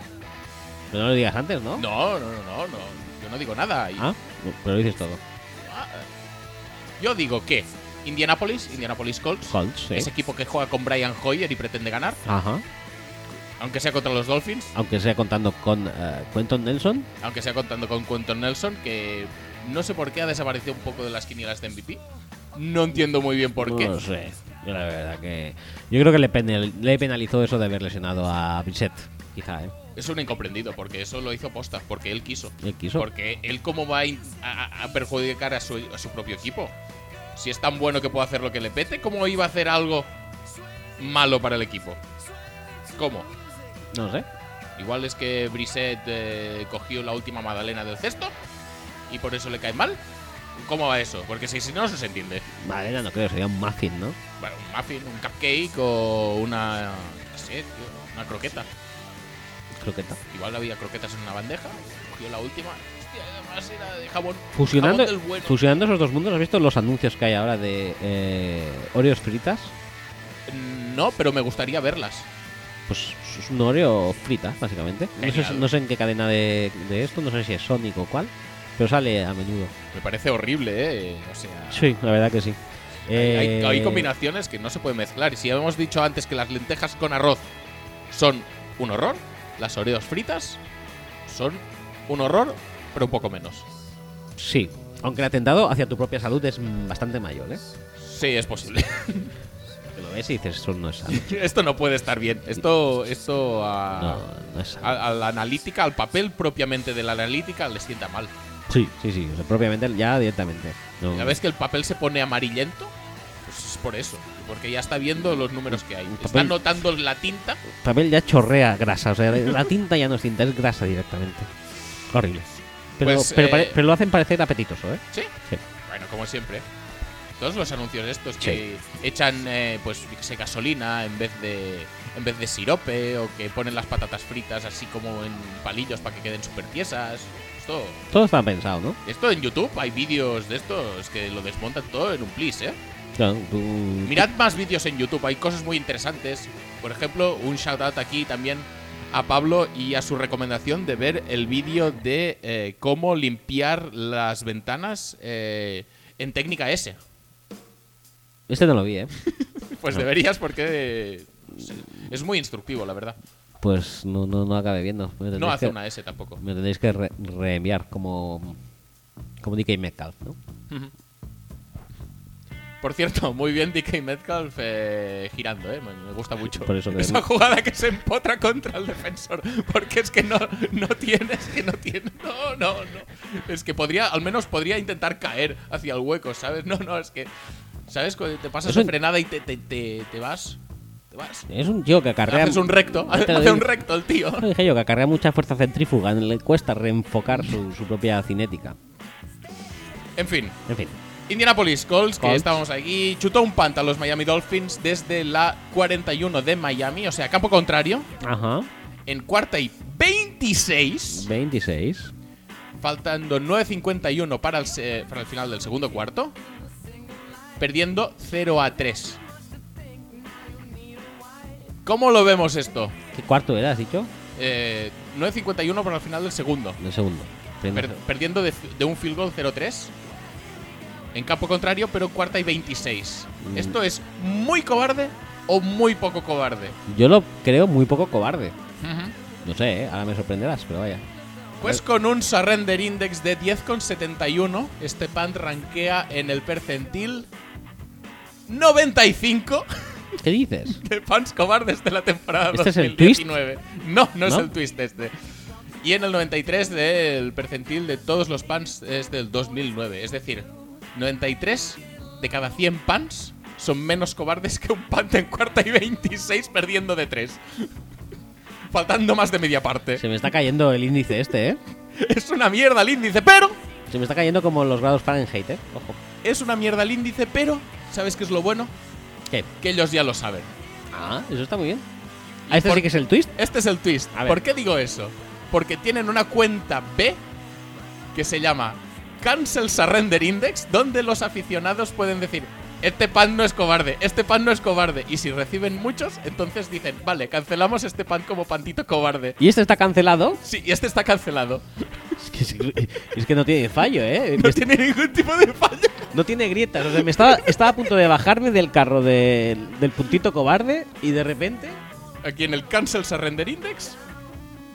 Pero no lo digas antes, ¿no?
No, no, no, no, no, yo no digo nada. Y-
Ah, no, pero lo dices todo.
Yo digo que Indianapolis, Indianapolis Colts,
Colts, sí.
ese equipo que juega con Brian Hoyer y pretende ganar,
Ajá.
aunque sea contra los Dolphins,
Aunque sea contando con eh, Quentin Nelson.
aunque sea contando con Quentin Nelson, que no sé por qué ha desaparecido un poco de las quinielas de MVP. No entiendo muy bien por qué.
No lo sé. Yo la verdad que. Yo creo que le, penal- le penalizó eso de haber lesionado a Brissett. Quizá, ¿eh?
Es un incomprendido, porque eso lo hizo posta, porque él quiso.
Él quiso.
Porque él cómo va a, in- a- a- a perjudicar a su, a su propio equipo. Si es tan bueno que puede hacer lo que le pete, ¿cómo iba a hacer algo malo para el equipo? ¿Cómo?
No lo sé.
Igual es que Brissett eh, cogió la última magdalena del cesto y por eso le cae mal. ¿Cómo va eso? Porque si, si no, no se entiende.
Vale, no, no creo, sería un muffin, ¿no?
Bueno, un muffin, un cupcake o una. no sé, tío, una croqueta.
Creo que está.
Igual había croquetas en una bandeja, cogió la última. Hostia, además era de jabón.
Fusionando,
jabón del bueno.
fusionando esos dos mundos, ¿has visto los anuncios que hay ahora de eh, Oreos fritas?
no, pero me gustaría verlas.
Pues es un Oreo frita, básicamente. No sé, si-
Genial.
no sé en qué cadena de, de esto, no sé si es Sonic o cuál, pero sale a menudo.
Me parece horrible, ¿eh? O sea.
Sí, la verdad que sí.
Hay, hay-
Eh,
hay combinaciones que no se pueden mezclar. Y si habíamos dicho antes que las lentejas con arroz son un horror, las oreos fritas son un horror, pero un poco menos.
Sí, aunque el atentado hacia tu propia salud es mm, bastante mayor, ¿eh?
Sí, es posible.
Te lo ves y dices, eso no es sano.
esto no puede estar bien. Esto, esto a,
No, no es sano.
a- a la analítica, al papel propiamente de la analítica, le sienta mal.
Sí, sí, sí, o sea, propiamente, ya directamente. No.
Ya ves que el papel se pone amarillento. Pues es por eso, porque ya está viendo los números que hay. Está
papel-
notando la tinta.
El papel ya chorrea grasa, o sea, la tinta ya no es tinta, es grasa directamente. Horrible. Pero,
Pues,
pero,
eh,
pare- pero lo hacen parecer apetitoso, ¿eh?
¿Sí?
Sí.
Bueno, como siempre. Todos los anuncios estos que echan, eh, pues, yo qué sé, gasolina en vez de en vez de sirope o que ponen las patatas fritas así como en palillos para que queden súper tiesas. Esto,
Todo está pensado, ¿no?
esto en YouTube hay vídeos de estos que lo desmontan todo en un plis, ¿eh?
Claro, tú-
Mirad más vídeos en YouTube, hay cosas muy interesantes. Por ejemplo, un shout out aquí también a Pablo y a su recomendación de ver el vídeo de eh, cómo limpiar las ventanas eh, en técnica S.
Este no lo vi, ¿eh?
Pues
No.
deberías porque es muy instructivo, la verdad.
Pues no, no, no acabé viendo. Me
No
tendréis
hace
que-
una S tampoco.
Me tendréis que re- reenviar como, como DK Metcalf, ¿no?
Por cierto, muy bien DK Metcalf eh, girando, eh, me me gusta mucho.
Por eso que-
Esa jugada que se empotra contra el defensor, porque es que no, no tiene, es que no tiene, no, no, no. Es que podría, al menos podría intentar caer hacia el hueco, ¿sabes? No, no, es que, ¿sabes? Cuando te pasas
Eso
de
en-
frenada y te, te, te- te vas, te vas.
Es un tío que acarrea.
Haces un recto,
Ya te lo
hace un
digo.
recto el tío.
Lo dije yo, que acarrea mucha fuerza centrífuga. Le cuesta reenfocar su, su propia cinética.
En fin,
En fin.
Indianapolis Colts, que
Colts.
estábamos aquí, chutó un panta a los Miami Dolphins desde la 41 de Miami, o sea, campo contrario,
Ajá.
en cuarta y 26,
26.
faltando 9.51 para el, se- para el final del segundo cuarto, perdiendo 0 a 3. ¿Cómo lo vemos esto?
¿Qué cuarto era, has dicho?
Eh, 9.51 para el final del segundo.
El segundo.
Per- perdiendo de, de un field goal 0-3 en campo contrario, pero cuarta y 26.
Mm.
¿Esto es muy cobarde o muy poco cobarde?
Yo lo creo muy poco cobarde. No sé, ¿eh? ahora me sorprenderás, pero vaya.
Pues con un surrender index de 10,71, este punt rankea en el percentil 95
¿Qué dices?
de punts cobardes de la temporada
¿Este es el
2019. No, no, es
¿No?
el twist este. Y en el 93 del percentil de todos los pans es del 2009. Es decir, 93 de cada 100 pans son menos cobardes que un pan en cuarta y 26 perdiendo de 3. Faltando más de media parte.
Se me está cayendo el índice este, ¿eh?
Es una mierda el índice, pero...
Se me está cayendo como los grados Fahrenheit, ¿eh? Ojo.
Es una mierda el índice, pero... ¿Sabes qué es lo bueno?
¿Qué?
Que ellos ya lo saben.
Ah, eso está muy bien. Ah, este
por-
sí que es el twist.
Este es el twist.
A ver.
¿Por qué digo eso? Porque tienen una cuenta B que se llama Cancel Surrender Index, donde los aficionados pueden decir, este pan no es cobarde, este pan no es cobarde. Y si reciben muchos, entonces dicen, vale, cancelamos este pan como pantito cobarde.
Y este está cancelado.
Sí, y este está cancelado.
Es que, es- es que no tiene fallo, ¿eh?
No tiene ningún tipo de fallo.
No tiene grietas. O sea, me estaba, estaba a punto de bajarme del carro de- del puntito cobarde y de repente.
Aquí en el Cancel Surrender Index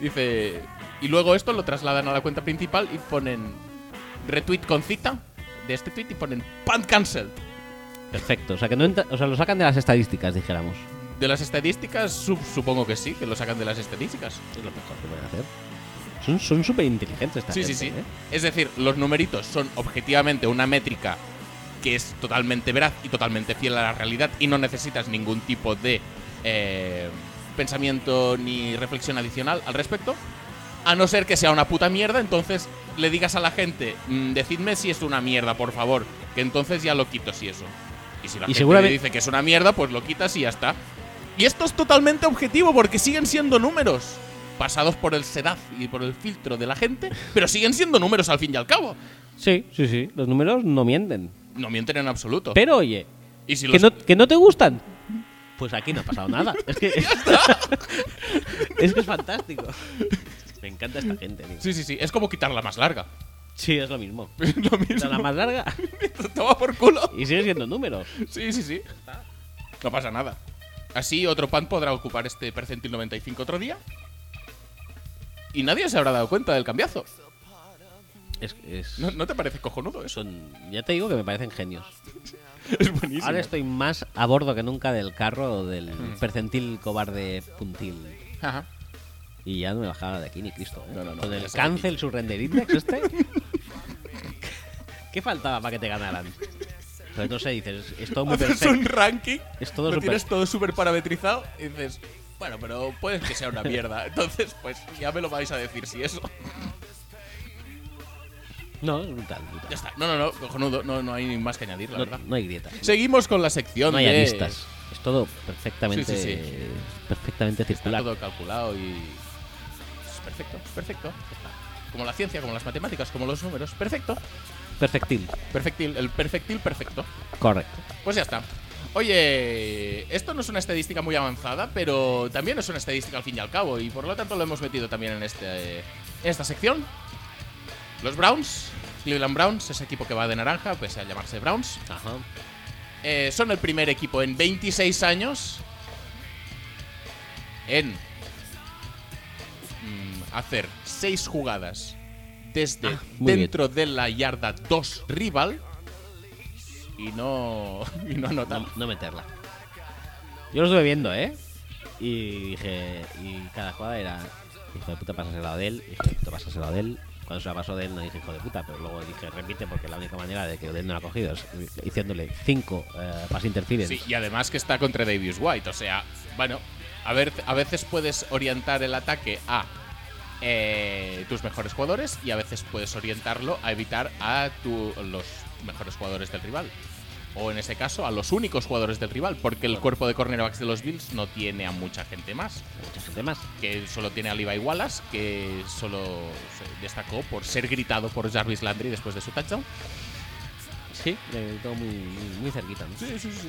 dice... Y luego esto lo trasladan a la cuenta principal y ponen retweet con cita de este tweet y ponen pan cancel.
Perfecto. O sea, que no entra- o sea, lo sacan de las estadísticas, dijéramos.
De las estadísticas, sup- supongo que sí, que lo sacan de las estadísticas.
Es lo mejor que pueden hacer. Son- Son súper inteligentes estas
Sí, sí, sí. Es decir, los numeritos son objetivamente una métrica que es totalmente veraz y totalmente fiel a la realidad y no necesitas ningún tipo de eh, pensamiento ni reflexión adicional al respecto. A no ser que sea una puta mierda, entonces le digas a la gente, "Mm, decidme si es una mierda, por favor, que entonces ya lo quito si eso. Y si la gente
seguramente-
le dice que es una mierda, pues lo quitas y ya está. Y esto es totalmente objetivo porque siguen siendo números. Pasados por el SEDAF y por el filtro de la gente, pero siguen siendo números al fin y al cabo.
¿eh? Sí, sí, sí. Los números no mienten.
No mienten en absoluto.
Pero oye,
y si
que
los-
no, que no te gustan. Pues aquí no ha pasado nada. Es que es, que es fantástico. Me encanta esta gente. tío.
Sí, sí, sí. Es como quitarla más larga.
Sí, es lo mismo.
Es lo
Está la
mismo.
más larga
Toma por culo.
y sigue siendo números.
Sí, sí, sí. No pasa nada. Así otro pan podrá ocupar este percentil 95 otro día. Y nadie se habrá dado cuenta del cambiazo.
Es, es-
¿No, no te parece cojonudo eso?
son, ya te digo que me parecen genios.
Es buenísimo.
Ahora estoy más a bordo que nunca del carro del
Mm.
percentil cobarde puntil.
Ajá.
Y ya no me bajaba de aquí ni Cristo. ¿eh?
No, no, no,
Con
ya
el
sé de
cancel su render index este. ¿Qué faltaba para que te ganaran? Pues no sé, dices, es todo muy
Haces
perfecto.
un ranking.
Es todo
lo
súper-
tienes todo súper parametrizado. Y dices, bueno, pero puede que sea una mierda. Entonces, pues ya me lo vais a decir si eso.
No, es brutal. brutal.
Ya está. No, no, no. Cojonudo. No, no hay más que añadir, la
No,
verdad.
no hay grietas.
Seguimos con la sección
No hay
de-
aristas. Es todo perfectamente,
Sí, sí, sí.
perfectamente
Está
circular.
todo calculado y. es perfecto, perfecto. Como la ciencia, como las matemáticas, como los números. Perfecto.
Perfectil.
Perfectil, el perfectil perfecto.
Correcto.
Pues ya está. Oye, esto no es una estadística muy avanzada, pero también es una estadística al fin y al cabo, y por lo tanto lo hemos metido también en, este, en esta sección. Los Browns, Cleveland Browns, ese equipo que va de naranja, pese a llamarse Browns,
Ajá.
eh, son el primer equipo en 26 años en mm, hacer 6 jugadas desde
Ah, muy
dentro de la yarda 2 rival y no, y no anotar.
No, no meterla. Yo lo estuve viendo, ¿eh? Y dije. Y cada jugada era. Hijo de puta, pasas el lado de él. Hijo de puta, pasas el lado de él. Cuando se la pasó de él, no dije hijo de puta, pero luego dije repite porque la única manera de que Odell no la ha cogido es diciéndole cinco eh, pass interference.
Sí, y además que está contra Davis White. O sea, bueno, a, ver, a veces puedes orientar el ataque a eh, tus mejores jugadores y a veces puedes orientarlo a evitar a tu- los mejores jugadores del rival. O en ese caso, a los únicos jugadores del rival, porque el cuerpo de cornerbacks de los Bills no tiene a mucha gente más.
Mucha gente más.
Que solo tiene a Levi Wallace, que solo se destacó por ser gritado por Jarvis Landry después de su touchdown.
Sí, le quedó muy, muy, muy cerquita. ¿no?
Sí, sí, sí.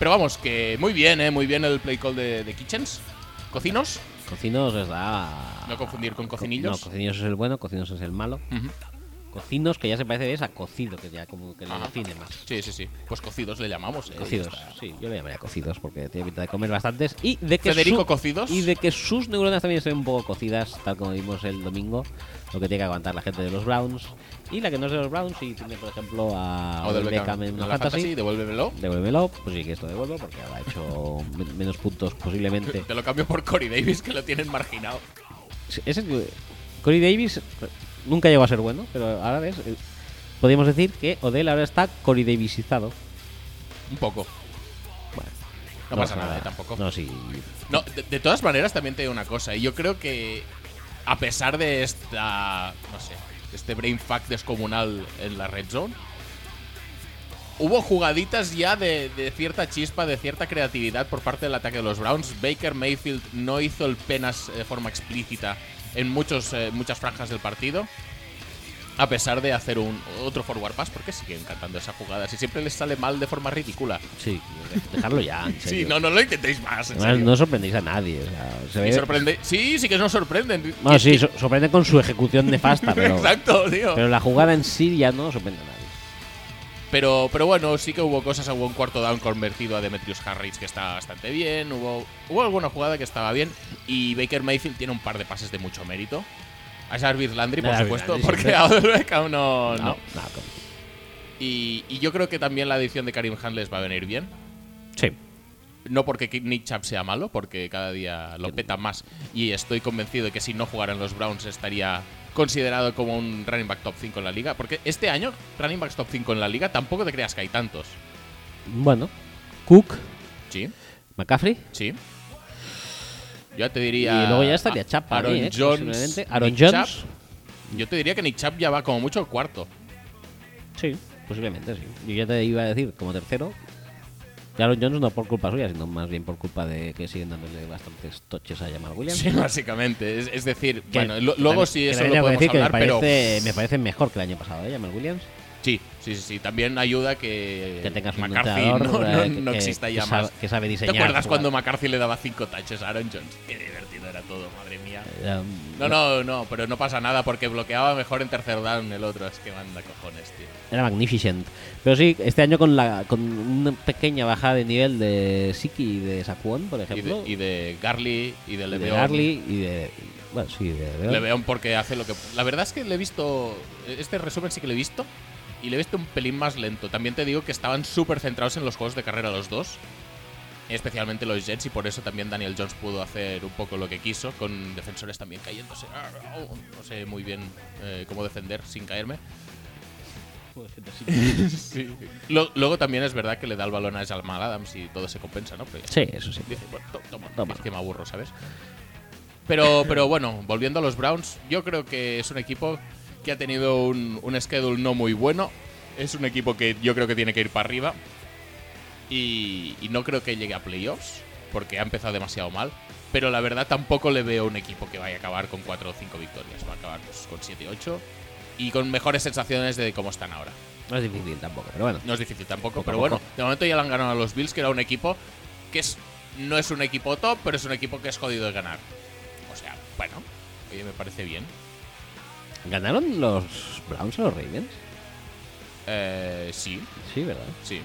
Pero vamos, que muy bien, ¿eh? Muy bien el play call de, de Kitchens. Cocinos.
Cocinos es la.
No confundir con
Co-
Cocinillos.
No, Cocinillos es el bueno, Cocinos es el malo. Cocinos, que ya se parece es a cocido, que ya como que le
Ajá.
define más.
Sí, sí, sí. Pues cocidos le llamamos. ¿eh?
Cocidos,
Ya está.
sí, yo le llamaría cocidos porque tiene pinta de comer bastantes. Y de que
Federico Cocidos.
Y de que sus neuronas también estén un poco cocidas, tal como vimos el domingo, lo que tiene que aguantar la gente de los Browns. Y la que no es de los Browns, y tiene, por ejemplo, a
O del
Odell
Beckham.
en una
la fantasy,
fantasy,
devuélvemelo.
devuélvemelo, pues sí que esto devuelvo porque habrá hecho men- menos puntos posiblemente.
Te lo cambio por Corey Davis, que lo tienen marginado.
Sí, Ese, Corey Davis nunca llegó a ser bueno, pero ahora ves, eh, podríamos decir que Odell ahora está Corey Davisizado.
Un poco.
Bueno,
No pasa nada, eh, tampoco.
No, sí.
No, de, de todas maneras, también te digo una cosa. y Yo creo que, a pesar de esta. No sé. Este brain fuck descomunal en la red zone. Hubo jugaditas ya de, de cierta chispa, de cierta creatividad por parte del ataque de los Browns. Baker Mayfield no hizo el penas eh, de forma explícita en muchos, eh, muchas franjas del partido. A pesar de hacer un otro forward pass, porque siguen cantando esas jugadas y siempre les sale mal de forma ridícula.
Sí, dejarlo ya. en
Sí,
serio.
no, no lo intentéis más. en
Además,
serio.
no sorprendéis a nadie. O sea, se
Y
ve-
sorprende. Sí, sí que nos sorprenden.
Bueno, ¿eh? Ah, sí, so- sorprende con su ejecución nefasta, pero,
Exacto, tío.
pero la jugada en sí ya no sorprende a nadie.
Pero, pero bueno, sí que hubo cosas. Hubo un cuarto down convertido a Demetrius Harris que está bastante bien. Hubo, hubo alguna jugada que estaba bien. Y Baker Mayfield tiene un par de pases de mucho mérito. A Jarvis Landry, por
Jarvis
supuesto,
Landry,
porque
siempre.
a Odell Beckham no. no.
no, como-
Y, y yo creo que también la edición de Karim Hunt les va a venir bien.
Sí.
No porque Nick Chubb sea malo, porque cada día lo peta más. Y estoy convencido de que si no jugaran los Browns estaría considerado como un running back top 5 en la liga. Porque este año, running backs top 5 en la liga, tampoco te creas que hay tantos.
Bueno, Cook,
Sí,
McCaffrey.
sí. Yo te diría.
Y luego ya estaría Chubb para
Aaron
mí, eh,
Jones.
posiblemente. Aaron
Nick
Jones.
Chubb. Yo te diría que Nick Chubb ya va como mucho cuarto.
Sí, posiblemente, sí. Yo ya te iba a decir, como tercero, Aaron Jones no por culpa suya, sino más bien por culpa de que siguen dándole bastantes toches a Jamal Williams.
Sí, básicamente. Es, es decir,
Que-
bueno, lo-
que
luego
también-
sí
que
eso
también tengo que
lo podemos
decir que
hablar,
me
pero.
parece, me parece mejor que el año pasado, ¿eh? Jamal Williams.
Sí, sí, sí, sí. También ayuda que,
Que tengas un
McCarthy no,
entrenador,
Eh, no-
eh,
no
que-
exista
que
ya
sabe-
más.
que sabe diseñar,
¿Te acuerdas
jugar?
cuando McCarthy le daba cinco taches a Aaron Jones? Qué divertido era todo, madre mía.
Era un-
No, no, no, pero no pasa nada porque bloqueaba mejor en tercer down el otro. Es que manda cojones, tío.
Era magnificent. Pero sí, este año con la con una pequeña bajada de nivel de Siki y de Saquon, por
Y
ejemplo.
de, y de Garly y de
y de
Leveon.
Garly y de. Bueno, sí, de Leveon.
Leveon porque hace lo que. La verdad es que le he visto. Este resumen sí que le he visto. Y le he visto un pelín más lento. También te digo que estaban súper centrados en los juegos de carrera los dos. Especialmente los Jets. Y por eso también Daniel Jones pudo hacer un poco lo que quiso. Con defensores también cayéndose. Ah, oh, No sé muy bien eh, cómo defender sin caerme. Sí. Lo- luego también es verdad que le da el balón a Jamal Adams y todo se compensa, ¿no? Pero-
Sí, eso sí.
Dice, "Bueno, to- toma,
Toma.
Es que me aburro, ¿sabes? Pero, pero bueno, volviendo a los Browns, yo creo que es un equipo que ha tenido un, un schedule no muy bueno. Es un equipo que yo creo que tiene que ir para arriba. Y, y no creo que llegue a playoffs, porque ha empezado demasiado mal. Pero la verdad tampoco le veo un equipo que vaya a acabar con 4 o 5 victorias. Va a acabar pues, con 7 8 y con mejores sensaciones de cómo están ahora.
No es difícil tampoco, pero bueno.
No es difícil tampoco,
Poco
pero
a
bueno,
poco.
de momento ya lo han ganado a los Bills, que era un equipo que es, no es un equipo top, pero es un equipo que es jodido de ganar. O sea, bueno, oye, me parece bien.
¿Ganaron los Browns a los Ravens?
Eh, sí,
Sí, ¿verdad?
sí.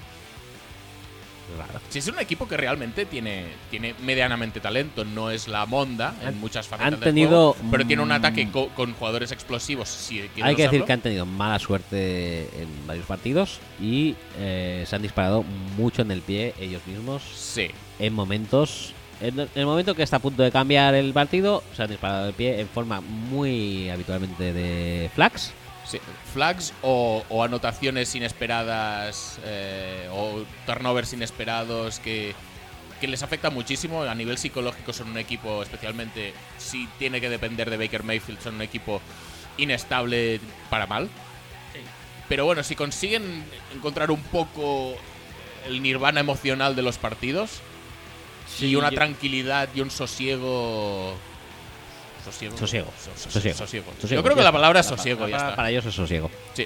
Raro.
Si es un equipo que realmente tiene, tiene medianamente talento, no es la monda en
Han-
muchas facetas
han
del
tenido,
juego, pero tiene un
mm,
ataque co- con jugadores explosivos. Si quieren
Hay que decir
usarlo.
que han tenido mala suerte en varios partidos y eh, se han disparado mucho en el pie ellos mismos
Sí,
en momentos En el- en el momento que está a punto de cambiar el partido, se han disparado el pie en forma muy habitualmente de flags.
Sí, flags o, o anotaciones inesperadas eh, o turnovers inesperados que, que les afecta muchísimo a nivel psicológico. Son un equipo, especialmente si tiene que depender de Baker Mayfield, son un equipo inestable para mal. Pero bueno, si consiguen encontrar un poco el nirvana emocional de los partidos y una tranquilidad y un sosiego. Sosiego.
Sosiego.
So- so-
Sosiego.
sosiego.
Sosiego,
Yo creo
ya
que la palabra es
está.
sosiego
La
ya
palabra
está. Pues
Para ellos es sosiego.
Sí.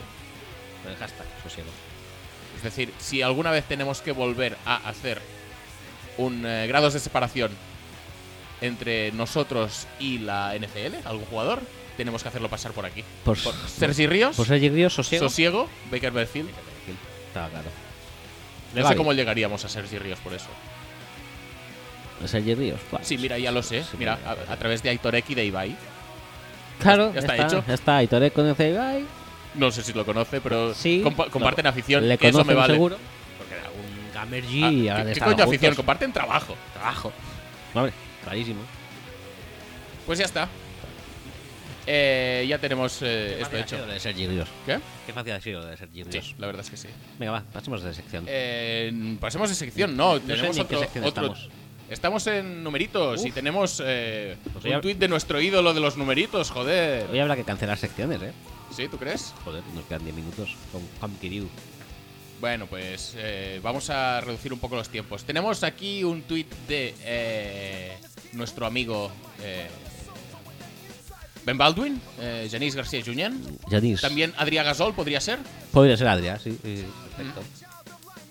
El hashtag, sosiego.
Es decir, si alguna vez tenemos que volver a hacer un eh, grados de separación entre nosotros y la NFL, algún jugador, tenemos que hacerlo pasar por aquí.
Por,
Por Sergi Ríos,
por Sergi Ríos, sosiego.
Sosiego, Baker Mayfield.
Estaba claro.
No sé cómo llegaríamos a Sergi Ríos por eso.
Sergi Ríos. buah.
Sí, mira, ya lo sé.
Sí,
Mira, a, a través de Aitor X y de Ibai.
Claro,
ya está hecho.
Ya está, Aitoré conoce a Ibai.
No sé si lo conoce, pero
Sí.
Pues compa- comparten
No,
afición.
Le
que eso me
conocen
vale.
seguro.
Porque era un
Gamer
Ah,
G.
¿qué- ¿Qué, coño afición? Comparten trabajo.
Trabajo. Vale, clarísimo.
Pues ya está. Eh, ya tenemos eh, esto hecho.
de Sergi Ríos.
¿Qué?
Qué fácil ha sido lo de Sergi Ríos.
Sí, la verdad es que sí.
Venga, va, pasemos de sección.
Eh, pasemos de sección, no,
sé
tenemos
ni en qué
otro,
sección
otro-
estamos.
Estamos en numeritos y
Uf.
tenemos eh,
Pues ya-
un tuit de nuestro ídolo de los numeritos, joder.
Hoy habrá que cancelar secciones, ¿eh?
¿Sí, tú crees?
Joder, nos quedan 10 minutos con Juan Kiriu.
Bueno, pues eh, vamos a reducir un poco los tiempos. Tenemos aquí un tuit de eh, nuestro amigo eh, Ben Baldwin, eh, Janice García Junyent,
Janis.
también Adrià Gasol podría ser,
Podría ser Adria, sí. sí, sí, perfecto.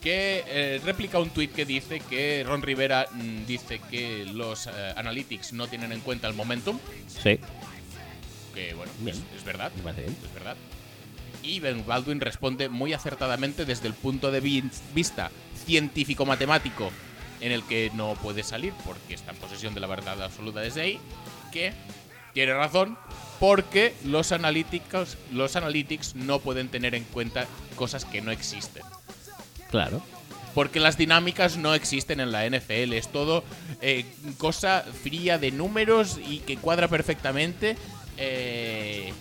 que eh, replica un tuit que dice que Ron Rivera mm, dice que los eh, analytics no tienen en cuenta el momentum.
Sí,
que bueno,
Bien.
es, es verdad.
me parece bien.
Es verdad. Y Ben Baldwin responde muy acertadamente desde el punto de vi- vista científico-matemático, en el que no puede salir porque está en posesión de la verdad absoluta desde ahí, que tiene razón porque los analíticos, los analytics no pueden tener en cuenta cosas que no existen.
Claro.
Porque las dinámicas no existen en la NFL. Es todo eh, cosa fría de números y que cuadra perfectamente. eh,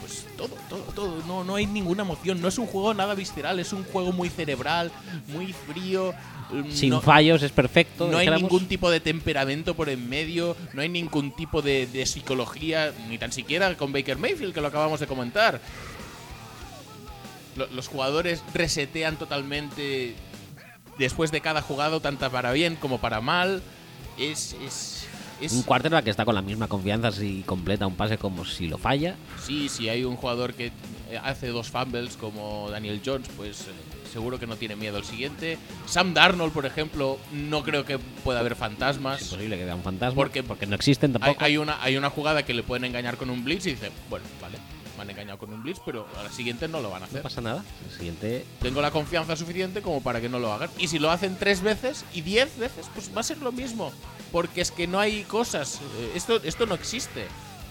pues todo, todo, todo. No, no hay ninguna emoción. No es un juego nada visceral. Es un juego muy cerebral, muy frío. mm,
Sin
no-
fallos, es perfecto.
no hay
dijéramos.
ningún tipo de temperamento por en medio, no hay ningún tipo de, de psicología, ni tan siquiera con Baker Mayfield, que lo acabamos de comentar. Lo- los jugadores resetean totalmente después de cada jugado, tanto para bien como para mal. Es. es, es-
Un quarterback que está con la misma confianza si completa un pase como si lo falla.
sí, si hay un jugador que eh, hace dos fumbles como Daniel Jones, pues. eh, Seguro que no tiene miedo el siguiente. Sam Darnold, por ejemplo, no creo que pueda haber
Es
fantasmas.
imposible que vea un fantasma.
Porque-
porque no existen
Hay,
tampoco.
hay una, hay una jugada que le pueden engañar con un blitz y dice, bueno, vale, me han engañado con un blitz, pero a la siguiente no lo van
No
a hacer.
pasa nada. El siguiente.
Tengo la confianza suficiente como para que no lo hagan. Y si lo hacen tres veces y diez veces, pues va a ser lo mismo. Porque es que no hay cosas. eh, Esto, esto no existe.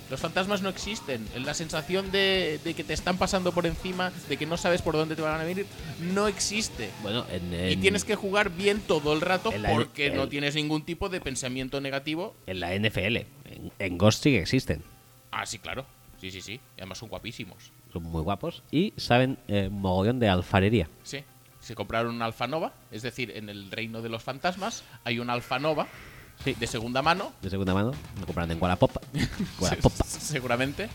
Los fantasmas no existen. La sensación de, de que te están pasando por encima, de que no sabes por dónde te van a venir, no existe.
Bueno, en.
Y
en-
tienes que jugar bien todo el rato
en la-
porque no
el-
tienes ningún tipo de pensamiento negativo
En la NFL. En, en Ghost sí que existen.
Ah, sí, claro. Sí, sí, sí. Y además son guapísimos.
Son muy guapos. Y saben eh, mogollón de alfarería.
Sí. Se compraron una Alfanova, es decir, en el reino de los fantasmas hay una Alfanova
Sí.
de segunda mano,
De segunda mano. Lo compraron en Wallapop. Wallapop.
seguramente.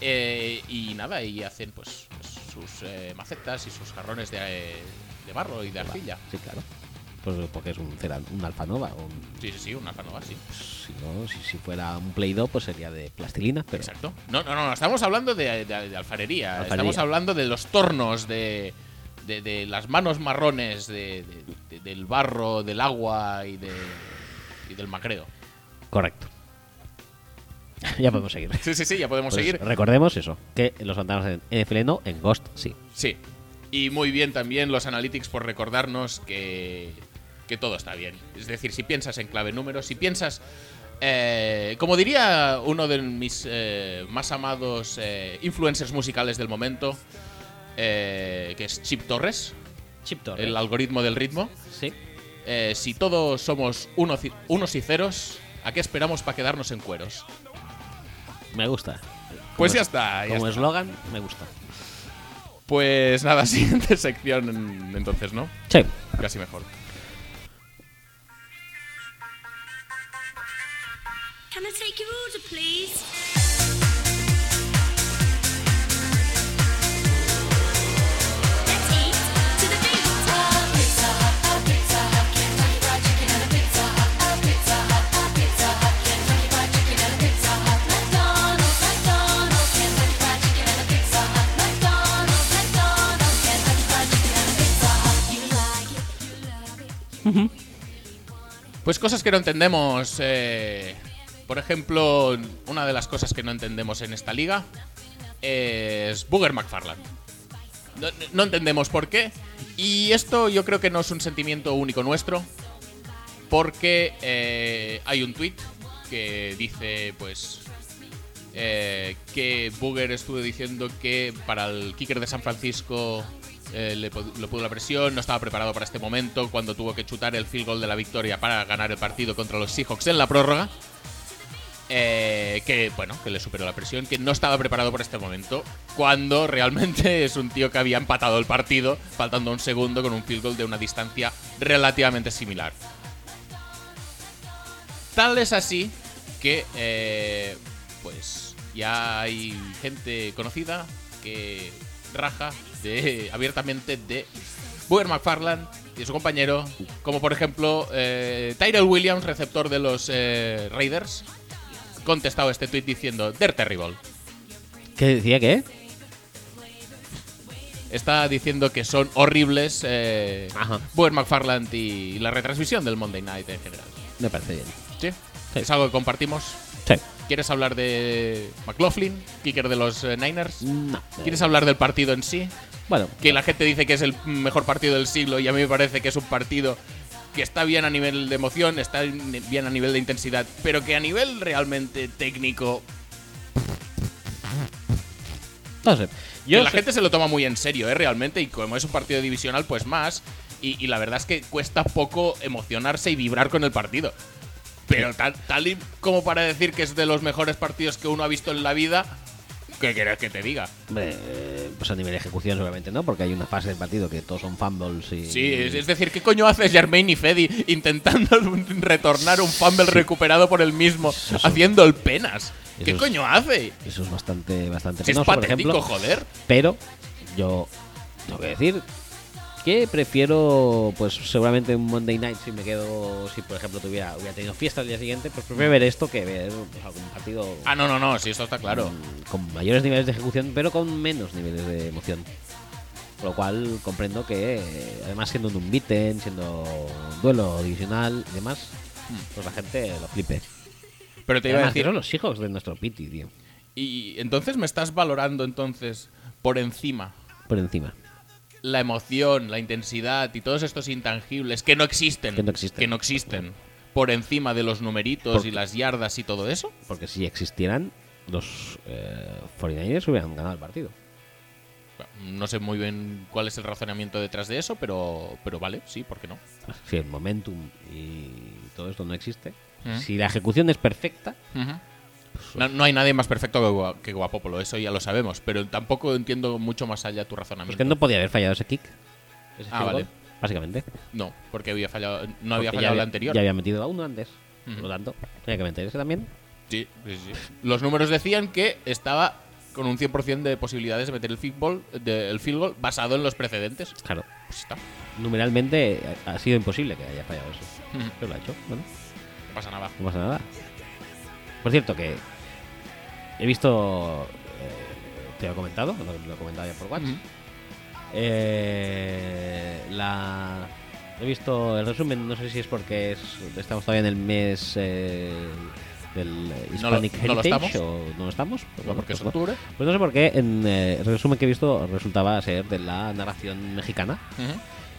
Eh, y nada, y hacen pues sus eh, macetas y sus jarrones de, eh, de barro y de arcilla.
Sí, claro. Pues porque es un, Ceran- un Alfanova. o un-
Sí, sí, sí, una Alfanova, sí.
si, no, si, si fuera un Play Doh, pues sería de plastilina. Pero
Exacto. No, no, no, no, estamos hablando de, de- de alfarería.
Alfarería.
Estamos hablando de los tornos, de, de- de las manos marrones, de- de- de- del barro, del agua y, de, y del macreo.
correcto. ya podemos seguir.
Sí, sí, sí, ya podemos
Pues
seguir.
Recordemos eso, que los fantasmas en NFL no, en Ghost sí.
Sí. Y muy bien también los analytics por recordarnos que, que todo está bien. Es decir, si piensas en clave números, si piensas... eh, como diría uno de mis eh, más amados eh, influencers musicales del momento, eh, que es Chip Torres,
Chip
el algoritmo del ritmo,
Sí.
eh, si todos somos unos, ci- unos y ceros, ¿a qué esperamos para quedarnos en cueros?
Me gusta.
Pues
Como
ya
es-
está. ya
Como
está.
eslogan, me gusta.
Pues nada, siguiente sección en- entonces, ¿no?
Sí.
Casi mejor.
Can I take your order, please? Let's eat to the beat.
Pues cosas que no entendemos. eh, por ejemplo, una de las cosas que no entendemos en esta liga es Booger McFarland. No, no entendemos por qué. Y esto yo creo que no es un sentimiento único nuestro. Porque eh, hay un tweet que dice, pues, eh, que Booger estuvo diciendo que para el kicker de San Francisco eh, le, pu- le pudo la presión, no estaba preparado para este momento cuando tuvo que chutar el field goal de la victoria para ganar el partido contra los Seahawks en la prórroga. Eh, que bueno, que le superó la presión, que no estaba preparado para este momento, cuando realmente es un tío que había empatado el partido, faltando un segundo con un field goal de una distancia relativamente similar. Tal es así que, eh, pues, ya hay gente conocida que raja de, abiertamente de Booger McFarland y su compañero, como por ejemplo eh, Tyrell Williams, receptor de los eh, Raiders, contestado este tweet diciendo: They're terrible.
¿Qué decía qué?
Está diciendo que son horribles eh,
Ajá.
Booger McFarland y la retransmisión del Monday Night en general.
Me parece bien.
¿Sí?
Sí.
Es algo que compartimos.
Sí.
¿Quieres hablar de McLaughlin, kicker de los eh, Niners?
No.
¿Quieres hablar del partido en sí?
Bueno,
Que la gente dice que es el mejor partido del siglo y a mí me parece que es un partido que está bien a nivel de emoción, está bien a nivel de intensidad, pero que a nivel realmente técnico,
no sé. Yo
que la
sé-
gente se lo toma muy en serio, ¿eh? Realmente, y como es un partido divisional, pues más. Y, y la verdad es que cuesta poco emocionarse y vibrar con el partido. Pero tal, tal y como para decir que es de los mejores partidos que uno ha visto en la vida, ¿qué querés que te diga?
Hombre, eh, pues a nivel de ejecución seguramente no, porque hay una fase del partido que todos son fumbles y...
Sí, es, es decir, ¿qué coño hace Germain y Fedi intentando un- retornar un fumble recuperado por él mismo,
Eso es-
haciendo el penas? ¿Qué
eso es-
coño hace?
Eso es bastante, bastante
Si es
penoso, por ejemplo.
patético, joder.
Pero yo tengo que decir que prefiero, pues seguramente un Monday Night si me quedo, si por ejemplo tuviera, hubiera tenido fiesta el día siguiente, pues prefiero ver esto que ver pues, algún partido
Ah, no, no, no, sí, eso está claro.
mm, con mayores niveles de ejecución, pero con menos niveles de emoción. Con lo cual comprendo que, eh, además siendo un beaten, siendo un duelo divisional y demás, pues la gente lo flipe.
Pero Hmm. te iba a
Además, que
decir,
son los hijos de nuestro Piti, tío,
y entonces me estás valorando entonces por encima
por encima.
la emoción, la intensidad y todos estos intangibles que no existen.
Que no existen.
que no existen, Por encima de los numeritos
Porque-
y las yardas y todo eso.
Porque si existieran, los eh, 49ers hubieran ganado el partido.
No sé muy bien cuál es el razonamiento detrás de eso, pero, pero vale, sí, ¿por qué no?
Si el momentum y todo esto no existe,
Ujú.
si la ejecución es perfecta, Pues
No, no hay nadie más perfecto que, Gua- que Guapopolo, eso ya lo sabemos, pero tampoco entiendo mucho más allá tu
pues
razonamiento.
que no podía haber fallado ese kick. Ese
Ah,
field
vale.
goal, Básicamente.
No, porque había fallado, no había
Porque ya
fallado la anterior. Mm-hmm.
Ya había metido a uno antes.
Ujú.
Por lo tanto, tenía que meter ese también.
Sí, sí, sí. Los números decían que estaba con un 100% de posibilidades de meter el field, goal, de- el field goal basado en los precedentes.
Claro.
Pues está, no
Numeralmente ha- ha sido imposible que haya fallado eso.
Mm-hmm.
Pero lo ha hecho. Bueno,
pasa nada.
no pasa nada. Por cierto, que he visto. eh, te lo he comentado, lo, lo he comentado ya por WhatsApp.
Ujú.
Eh, la... He visto el resumen, no sé si es porque es- estamos todavía en el mes eh, del
No lo-
Hispanic
no lo
Heritage
estamos.
o no lo estamos. Pues
No,
bueno,
porque es
pues no.
octubre.
Pues no sé por qué, en eh, el resumen que he visto resultaba ser de la narración mexicana.
Ujú.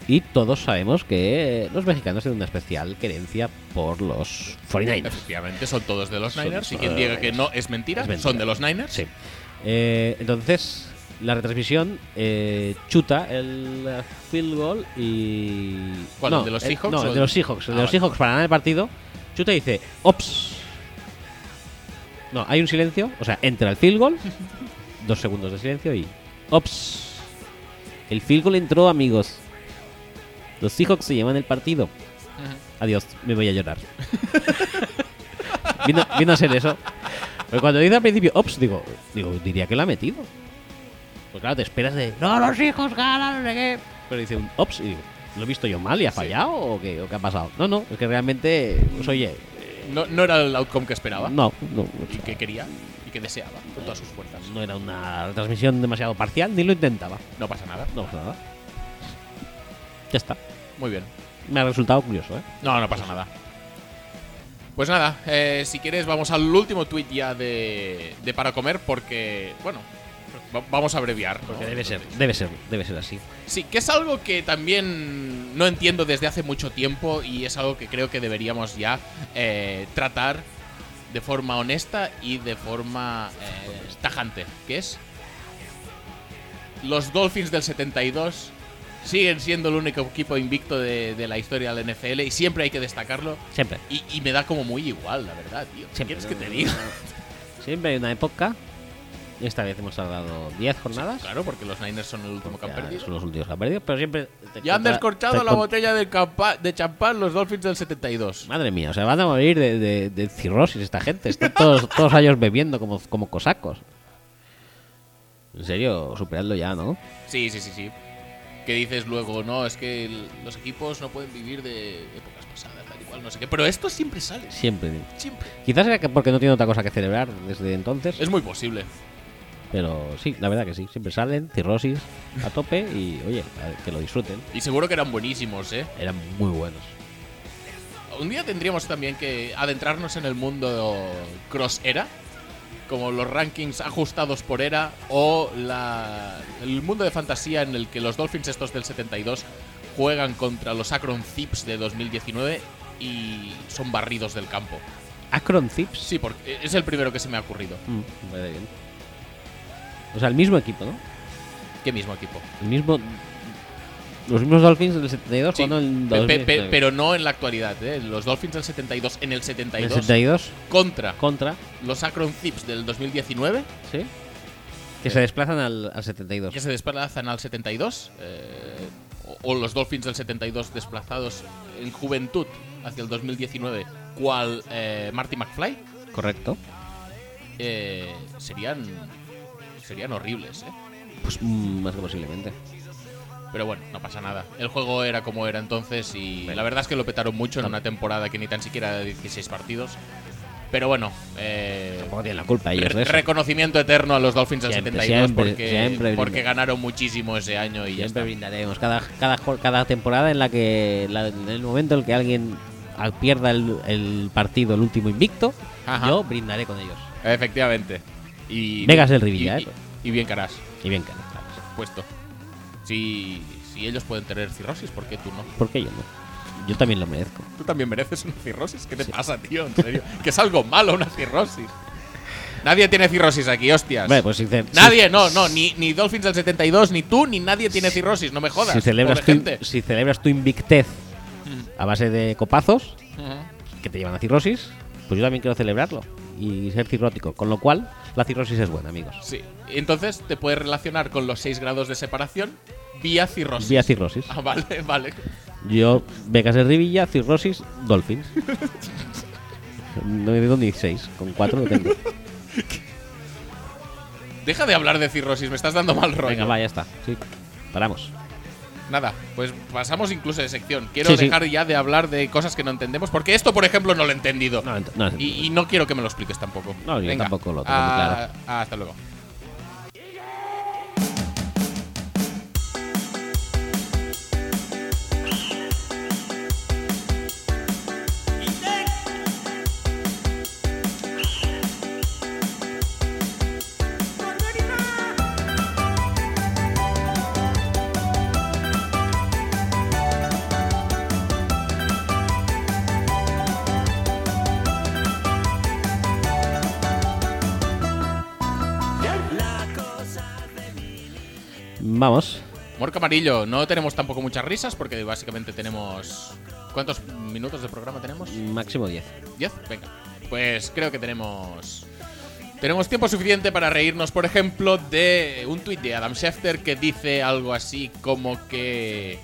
Y todos sabemos que eh, los mexicanos tienen una especial querencia por los 49ers.
Efectivamente, son todos de los
Son-
Niners. Y
son
quien
de los
diga que
Niners.
no es mentira,
Es mentira.
son de los Niners.
Sí. Eh, entonces, la retransmisión eh, chuta el eh, field goal y.
¿Cuál, el de los
eh,
Seahawks
No,
o
el
el-
de los Seahawks. El
Ah,
de los
vale.
Seahawks para ganar el partido. Chuta y dice: ¡Ops! No, hay un silencio. O sea, entra el field goal. dos segundos de silencio y. ¡Ops! El field goal entró, amigos. Los Seahawks se llevan el partido. Adiós, me voy a llorar. vino, vino a ser eso. Porque cuando dice al principio, ops, digo, digo, diría que la ha metido. Pues claro, te esperas de, no, los hijos ganan, no sé qué. Pero dice un, ops, y digo, ¿lo he visto yo mal y ha fallado o, qué, o qué ha pasado? No, no, es que realmente, pues oye,
No, no era el outcome que esperaba.
no, no,
¿Ah, Y que quería y que deseaba con todas sus fuerzas.
no era una transmisión demasiado parcial, ni lo intentaba.
No pasa nada.
No pasa nada. Ya está.
Muy bien.
Me ha resultado curioso, ¿eh?
No, no pasa nada. Pues nada, eh, si quieres vamos al último tweet ya de, de para comer porque, bueno, va- vamos a abreviar. ¿no?
Porque debe ser, debe ser, debe ser así.
Sí, que es algo que también no entiendo desde hace mucho tiempo y es algo que creo que deberíamos ya eh, tratar de forma honesta y de forma eh, tajante, que es los Dolphins del 72 siguen siendo el único equipo invicto de, de la historia del NFL y siempre hay que destacarlo
Siempre.
y, y me da como muy igual, la verdad, tío. ¿Qué
Siempre.
quieres que te diga?
Siempre hay una época. Esta vez hemos tardado 10 jornadas.
Claro, porque los Niners son el último que han
Ya
perdido.
Son los últimos que han perdido, pero siempre. te
Ya han
contra-
descorchado
te
la
con-
botella de, campa- de champán los Dolphins del 72.
Madre mía, o sea, van a morir de, de- de cirrosis esta gente. Están todos, todos años bebiendo como, como cosacos. En serio, superadlo ya, ¿no?
Sí, sí, sí, sí. Que dices luego, no, es que el- los equipos no pueden vivir de épocas pasadas, tal y cual, no sé qué. Pero esto siempre sale,
Siempre.
siempre.
Quizás era que porque no tiene otra cosa que celebrar desde entonces.
Es muy posible.
Pero sí, la verdad que sí. Siempre salen, cirrosis a tope y, oye, a- que lo disfruten.
Y seguro que eran buenísimos, ¿eh?
Eran muy buenos.
Un día tendríamos también que adentrarnos en el mundo cross-era, como los rankings ajustados por era o la, el mundo de fantasía en el que los Dolphins estos del 72 juegan contra los Akron Zips de 2019 y son barridos del campo.
Akron Zips.
Sí, porque es el primero que se me ha ocurrido.
Mm, me parece bien. O sea, el mismo equipo, ¿no?
¿Qué mismo equipo?
El mismo. Los mismos Dolphins del 72
Sí,
jugando en eh.
pe- pe-
2019.
pe- pero no en la actualidad, ¿eh? Los Dolphins del 72 en
En
el
el
72
72
contra
contra,
los Akron Zips del 2019
¿sí? Que se desplazan al, al 72.
que se desplazan al 72, eh, o, o los Dolphins del 72 desplazados en juventud hacia el 2019, cual eh, Marty McFly,
Correcto.
eh, serían, serían horribles. ¿eh?
Pues mm, más que posiblemente.
Pero bueno, no pasa nada. El juego era como era entonces y la verdad es que lo petaron mucho en una temporada que ni tan siquiera era de 16 partidos. Pero bueno, eh,
Tampoco tienen la culpa ellos de
re-
eso.
reconocimiento eterno a los Dolphins del
Siempre,
72
siempre,
porque,
siempre
porque
brindan.
ganaron muchísimo ese año y ya
Siempre
está.
brindaremos. Cada, cada, jo- cada temporada en la que. la- en el momento en el que alguien al- pierda el, el partido, el último invicto,
Ajá.
yo brindaré con ellos.
Efectivamente. Y
Vegas del Rivilla,
y,
¿eh?
y- y bien caras,
Y bien, claro. claro.
puesto. Si, si ellos pueden tener cirrosis, ¿por qué tú no?
¿Por qué yo no? Yo también lo merezco.
¿Tú también mereces una cirrosis? ¿Qué te pasa, tío? En serio. que es algo malo una cirrosis. Nadie tiene cirrosis aquí, hostias.
Bueno, pues sincer-
Nadie, no, no, ni, ni Dolphins del 72, ni tú, ni nadie tiene cirrosis, no me jodas.
si celebras,
pobre
tu,
gente. Mm.
si celebras tu invictez a base de copazos que te llevan a cirrosis, pues yo también quiero celebrarlo y ser cirrótico. Con lo cual, la cirrosis es buena, amigos.
Sí. Entonces te puedes relacionar con los 6 grados de separación vía cirrosis.
Vía cirrosis.
Ah, vale, vale.
Yo, Vegas de Rivilla, cirrosis, Dolphins. no he dado ni seis, con cuatro lo tengo.
Deja de hablar de cirrosis, me estás dando mal rollo.
Venga, va, ya está. Sí, paramos.
Nada, pues pasamos incluso de sección. Quiero
Sí, sí.
dejar ya de hablar de cosas que no entendemos, porque esto, por ejemplo, no lo he entendido.
No, ent- no,
y, y no quiero que me lo expliques tampoco.
No, yo
Venga,
tampoco lo tengo muy
ah, ah, hasta luego.
Ya
Vamos.
Morca Amarillo, no tenemos tampoco muchas risas porque básicamente tenemos. ¿Cuántos minutos de programa tenemos?
Máximo 10.
¿10? Venga. Pues creo que tenemos. Tenemos tiempo suficiente para reírnos, por ejemplo, de un tuit de Adam Schefter que dice algo así como que.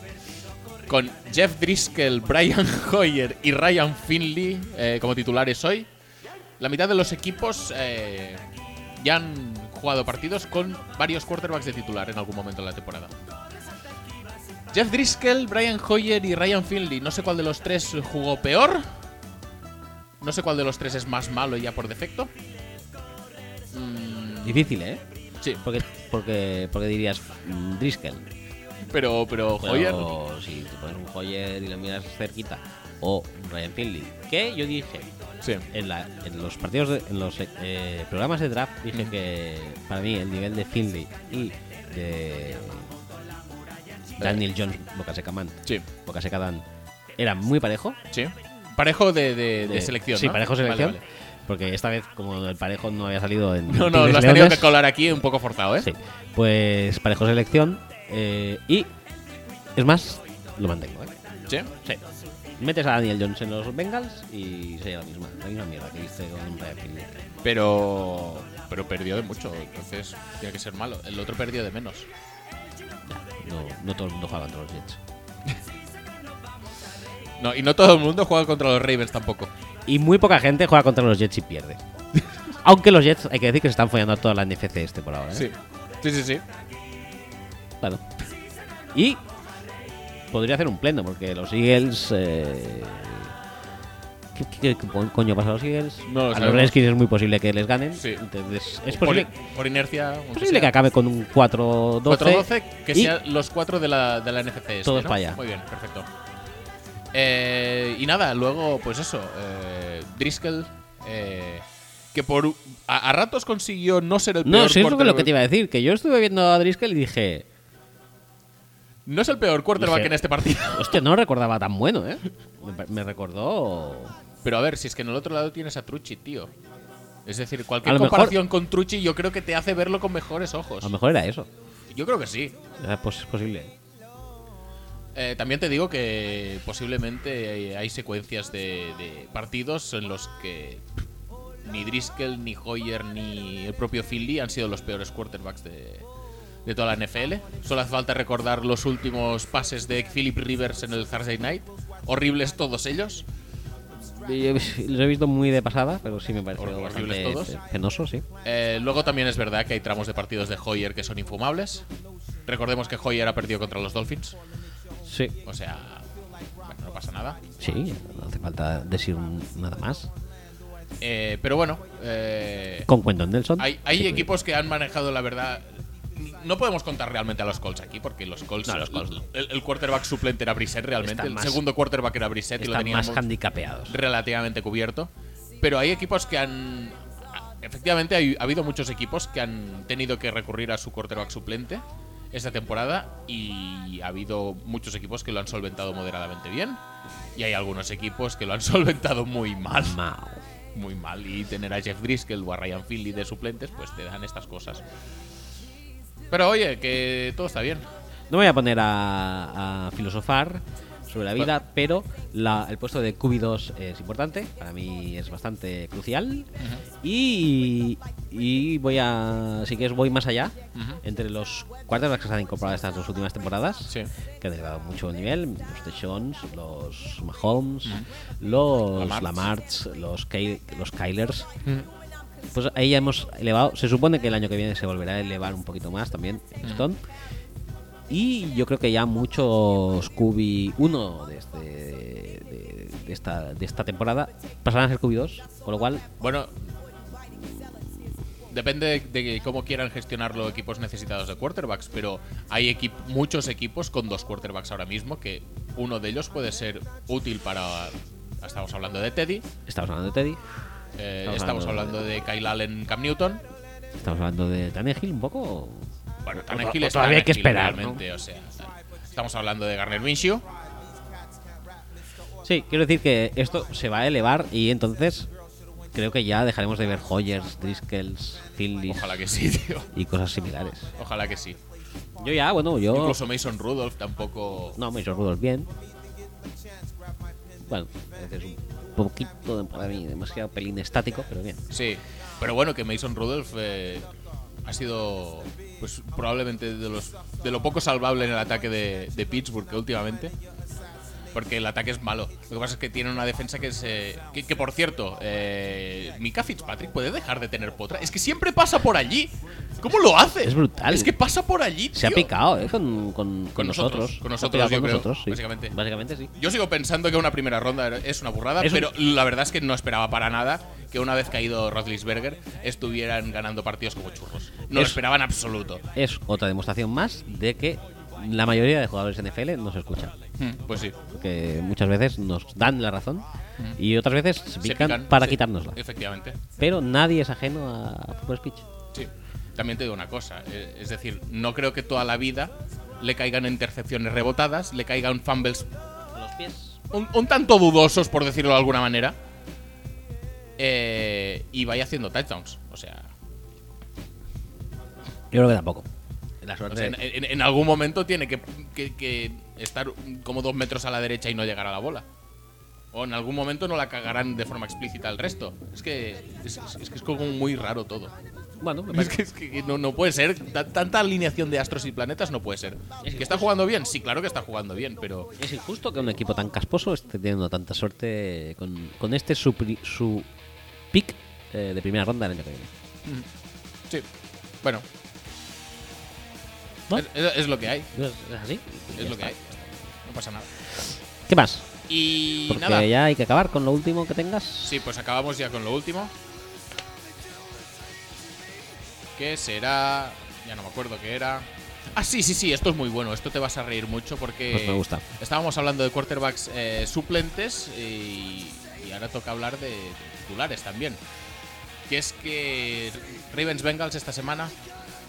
Con Jeff Driscoll, Brian Hoyer y Ryan Finley eh, como titulares hoy, la mitad de los equipos eh, ya han jugado partidos con varios quarterbacks de titular en algún momento de la temporada. Jeff Driscoll, Brian Hoyer y Ryan Finley, no sé cuál de los tres jugó peor, no sé cuál de los tres es más malo ya por defecto. Mm,
Difícil, ¿eh?
sí,
Porque, porque, porque dirías mm, Driscoll.
pero, pero
Pero
Hoyer.
si te pones un Hoyer y lo miras cerquita. O Ryan Finley. Que yo dije
Sí.
en, la- en los partidos, de- en los eh, eh, programas de draft, dije que para mí el nivel de Finley y de Daniel Jones, Boca Seca Man,
Sí,
Boca Seca Dan, era muy parejo.
sí. Parejo de, de- de
De-
selección.
Sí,
¿no?
parejo
Vale,
selección.
vale.
Porque esta vez, como el parejo no había salido en.
No,
Tigres
no, lo has tenido
Leones,
que colar aquí un poco forzado, ¿eh?
Sí. Pues parejo selección. eh, y. Es más, lo mantengo, ¿eh?
Sí.
Sí. Metes a Daniel Jones en los Bengals y sería la misma, la misma mierda que hice con Ryan Finley.
Pero. Pero perdió de mucho, entonces tiene que ser malo. El otro perdió de menos.
No, no todo el mundo juega contra los Jets.
No, y no todo el mundo juega contra los Ravens tampoco.
Y muy poca gente juega contra los Jets y pierde. Aunque los Jets, hay que decir que se están follando a toda la NFC este por ahora. ¿eh?
Sí. Sí, sí, sí.
Claro. Y podría hacer un pleno, porque los Eagles. eh, ¿qué- ¿Qué, qué co- coño pasa a los Eagles?
No lo
a los
sabemos.
Redskins es muy posible que les ganen.
Sí.
Entonces, es
Por-
posible,
Por, inercia. aunque
es posible que
sea.
acabe con un 4-12.
4-12, que
y
sean los cuatro de la, de la NFC. este,
Todos
¿no?
para allá.
Muy bien, perfecto. Eh, y nada, luego, pues eso. eh, Driscoll, eh, que por u- a, a ratos consiguió no ser el peor
No, sí, es lo que, lo que
quarterback-
te iba a decir. Que yo estuve viendo a Driscoll y dije,
No es el peor quarterback
Dije-
en este partido.
hostia, no lo recordaba tan bueno, ¿eh? Me, pa- me recordó.
Pero a ver, si es que en el otro lado tienes a Trucci, tío. Es decir,
A
cualquier
lo mejor-
comparación con Trucci yo creo que te hace verlo con mejores ojos.
A lo mejor era eso.
Yo creo que sí.
Era pos- es posible.
Eh, también te digo que posiblemente eh, hay secuencias de, de partidos en los que ni Driscoll, ni Hoyer, ni el propio Finley han sido los peores quarterbacks de, de toda la NFL. Solo hace falta recordar los últimos pases de Philip Rivers en el Thursday Night. Horribles todos ellos.
Yo los he visto muy de pasada, pero sí me pareció
Horribles
bastante
todos.
penoso, sí.
Eh, luego también es verdad que hay tramos de partidos de Hoyer que son infumables. Recordemos que Hoyer ha perdido contra los Dolphins.
Sí.
O sea, bueno, no pasa nada.
Sí, no hace falta decir un- nada más.
Eh, pero bueno, eh,
Con Quentin Nelson.
Hay, hay
Sí,
equipos que han manejado, la verdad. No podemos contar realmente a los Colts aquí, porque los Colts.
No, los Colts no.
El, el quarterback suplente era Brissett realmente.
Están
El
más-
segundo quarterback era Brissett y
Están
lo
más
teníamos
handicapeados.
relativamente cubierto. Pero hay equipos que han. Efectivamente, hay- ha habido muchos equipos que han tenido que recurrir a su quarterback suplente esta temporada y ha habido muchos equipos que lo han solventado moderadamente bien y hay algunos equipos que lo han solventado muy mal
Mao.
muy mal y tener a Jeff Driscoll o a Ryan Finley de suplentes, pues te dan estas cosas. Pero oye, que todo está bien.
No me voy a poner a, a filosofar sobre la vida, pero la- el puesto de QB2 es importante, para mí es bastante crucial. y, y voy a. Si quieres, voy más allá.
Ujú.
Entre los quarterbacks que se han incorporado estas dos últimas temporadas,
Sí.
que han elevado mucho el nivel: los Teshons, los Mahomes, los
Lamarts.
Lamarts, los, Ky- los Kylers. Pues ahí ya hemos elevado. Se supone que el año que viene se volverá a elevar un poquito más también el listón. Y yo creo que ya muchos Cubi 1 de, este- de- de esta, de esta temporada pasarán a ser Cubi 2, con lo cual
Bueno, depende de cómo quieran gestionarlo equipos necesitados de quarterbacks, pero hay equi- muchos equipos con dos quarterbacks ahora mismo que uno de ellos puede ser útil para... Estamos hablando de Teddy,
estamos hablando de Teddy,
eh,
Estamos
estamos
hablando
hablando de Kyle Allen, Cam Newton.
estamos hablando de Tannehill un poco.
Bueno,
Pero
Tannehill es
todavía hay que
Tannehill,
esperar,
realmente, o sea, estamos hablando de Garner Minshew.
Sí, quiero decir que esto se va a elevar y entonces creo que ya dejaremos de ver Hoyers, Driscolls, Finley
Ojalá que sí, tío.
y cosas similares.
Ojalá que sí.
Yo ya, bueno, yo.
Incluso Mason Rudolph tampoco.
No, me hizo rudos bien. Bueno, este es un poquito de- para mí, demasiado pelín estático, pero bien.
Sí. Pero bueno, que Mason Rudolph eh, ha sido pues probablemente de los de lo poco salvable en el ataque de, de Pittsburgh que últimamente. Porque el ataque es malo. Lo que pasa es que tiene una defensa que es. eh, que, que, por cierto, eh, Mika Fitzpatrick puede dejar de tener potra. Es que siempre pasa por allí. ¿Cómo lo hace?
Es brutal.
Es que pasa por allí.
Se ha
tío.
picado, ¿eh? Con, con, con nosotros.
nosotros, con
Se ha
nosotros,
picado
yo
con
creo,
nosotros, sí.
básicamente.
Básicamente sí.
Yo sigo pensando que una primera ronda es una burrada,
Es un-
pero la verdad es que no esperaba para nada que una vez caído Roethlisberger estuvieran ganando partidos como churros. No lo
Es-
esperaba en absoluto.
Es otra demostración más de que la mayoría de jugadores NFL no se escuchan.
Hmm, Pues sí.
Que muchas veces nos dan la razón y otras veces se
Se
pican,
pican,
para
sí,
quitárnosla.
Efectivamente.
Pero nadie es ajeno a a Football Speech.
Sí. También te digo una cosa, eh, es decir, no creo que toda la vida le caigan intercepciones rebotadas, le caigan fumbles
Los pies.
un, un tanto dudosos, por decirlo de alguna manera, eh, y vaya haciendo touchdowns. O sea,
Yo creo que tampoco. La
O
suerte.
sea, en, en- en algún momento tiene que, que- que estar como dos metros a la derecha y no llegar a la bola. O en algún momento no la cagarán de forma explícita al resto. Es que es, es- es que es como muy raro todo.
bueno, me
Es
parece-
que, es que no, no puede ser. Ta- tanta alineación de astros y planetas no puede ser. ¿Que está jugando bien? Sí, claro que está jugando bien, pero
Es injusto que un equipo tan casposo esté teniendo tanta suerte con, con este su, pri- su pick eh, de primera ronda del año que viene.
sí. Bueno.
¿No?
Es, es- es lo que hay.
¿No ¿Es es así? Y
Es
Pues ya
lo que
está.
hay. No pasa nada.
¿Qué más?
Y
Porque
nada.
ya hay que acabar con lo último que tengas.
Sí, pues acabamos ya con lo último. Que será. Ya no me acuerdo qué era. Ah, sí, sí, sí, esto es muy bueno. Esto te vas a reír mucho porque.
Pues me gusta.
Estábamos hablando de quarterbacks eh, suplentes y, y ahora toca hablar de, de titulares también. Que es que Ravens Bengals esta semana.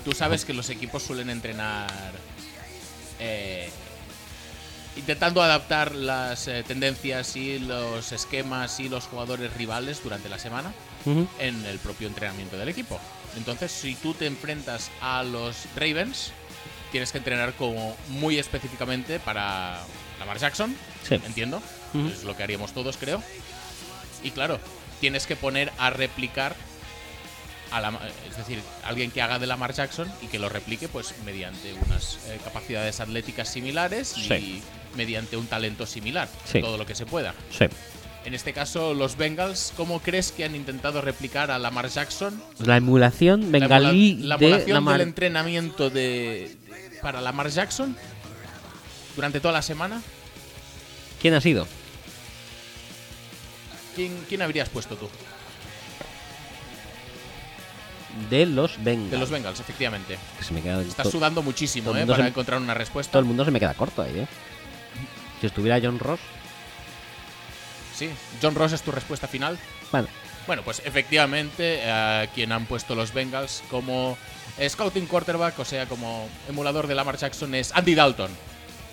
Tú sabes que los equipos suelen entrenar. eh, intentando adaptar las eh, tendencias y los esquemas y los jugadores rivales durante la semana
Ujú.
en el propio entrenamiento del equipo. Entonces, si tú te enfrentas a los Ravens, tienes que entrenar como muy específicamente para Lamar Jackson,
Sí.
entiendo,
Ujú.
es lo que haríamos todos, creo. Y claro, tienes que poner a replicar a la, es decir, alguien que haga de Lamar Jackson y que lo replique pues mediante unas eh, capacidades atléticas similares
Sí.
y mediante un talento similar,
Sí.
todo lo que se pueda.
Sí.
En este caso, los Bengals, ¿cómo crees que han intentado replicar a Lamar Jackson?
La emulación
La emula-
bengalí
la
de
emulación
Lamar-
del entrenamiento de, de- para Lamar Jackson durante toda la semana.
¿Quién ha sido?
¿Quién, quién habrías puesto tú?
De los Bengals.
De los Bengals, efectivamente.
Que se me queda
Estás
to-
sudando muchísimo
todo el
eh,
mundo
para
se-
encontrar una
todo
respuesta.
el mundo se me queda corto ahí, ¿eh? Si estuviera John Ross.
Sí, John Ross es tu respuesta final.
Bueno,
Bueno, pues efectivamente, a quien han puesto los Bengals como scouting quarterback, o sea, como emulador de Lamar Jackson, es Andy Dalton.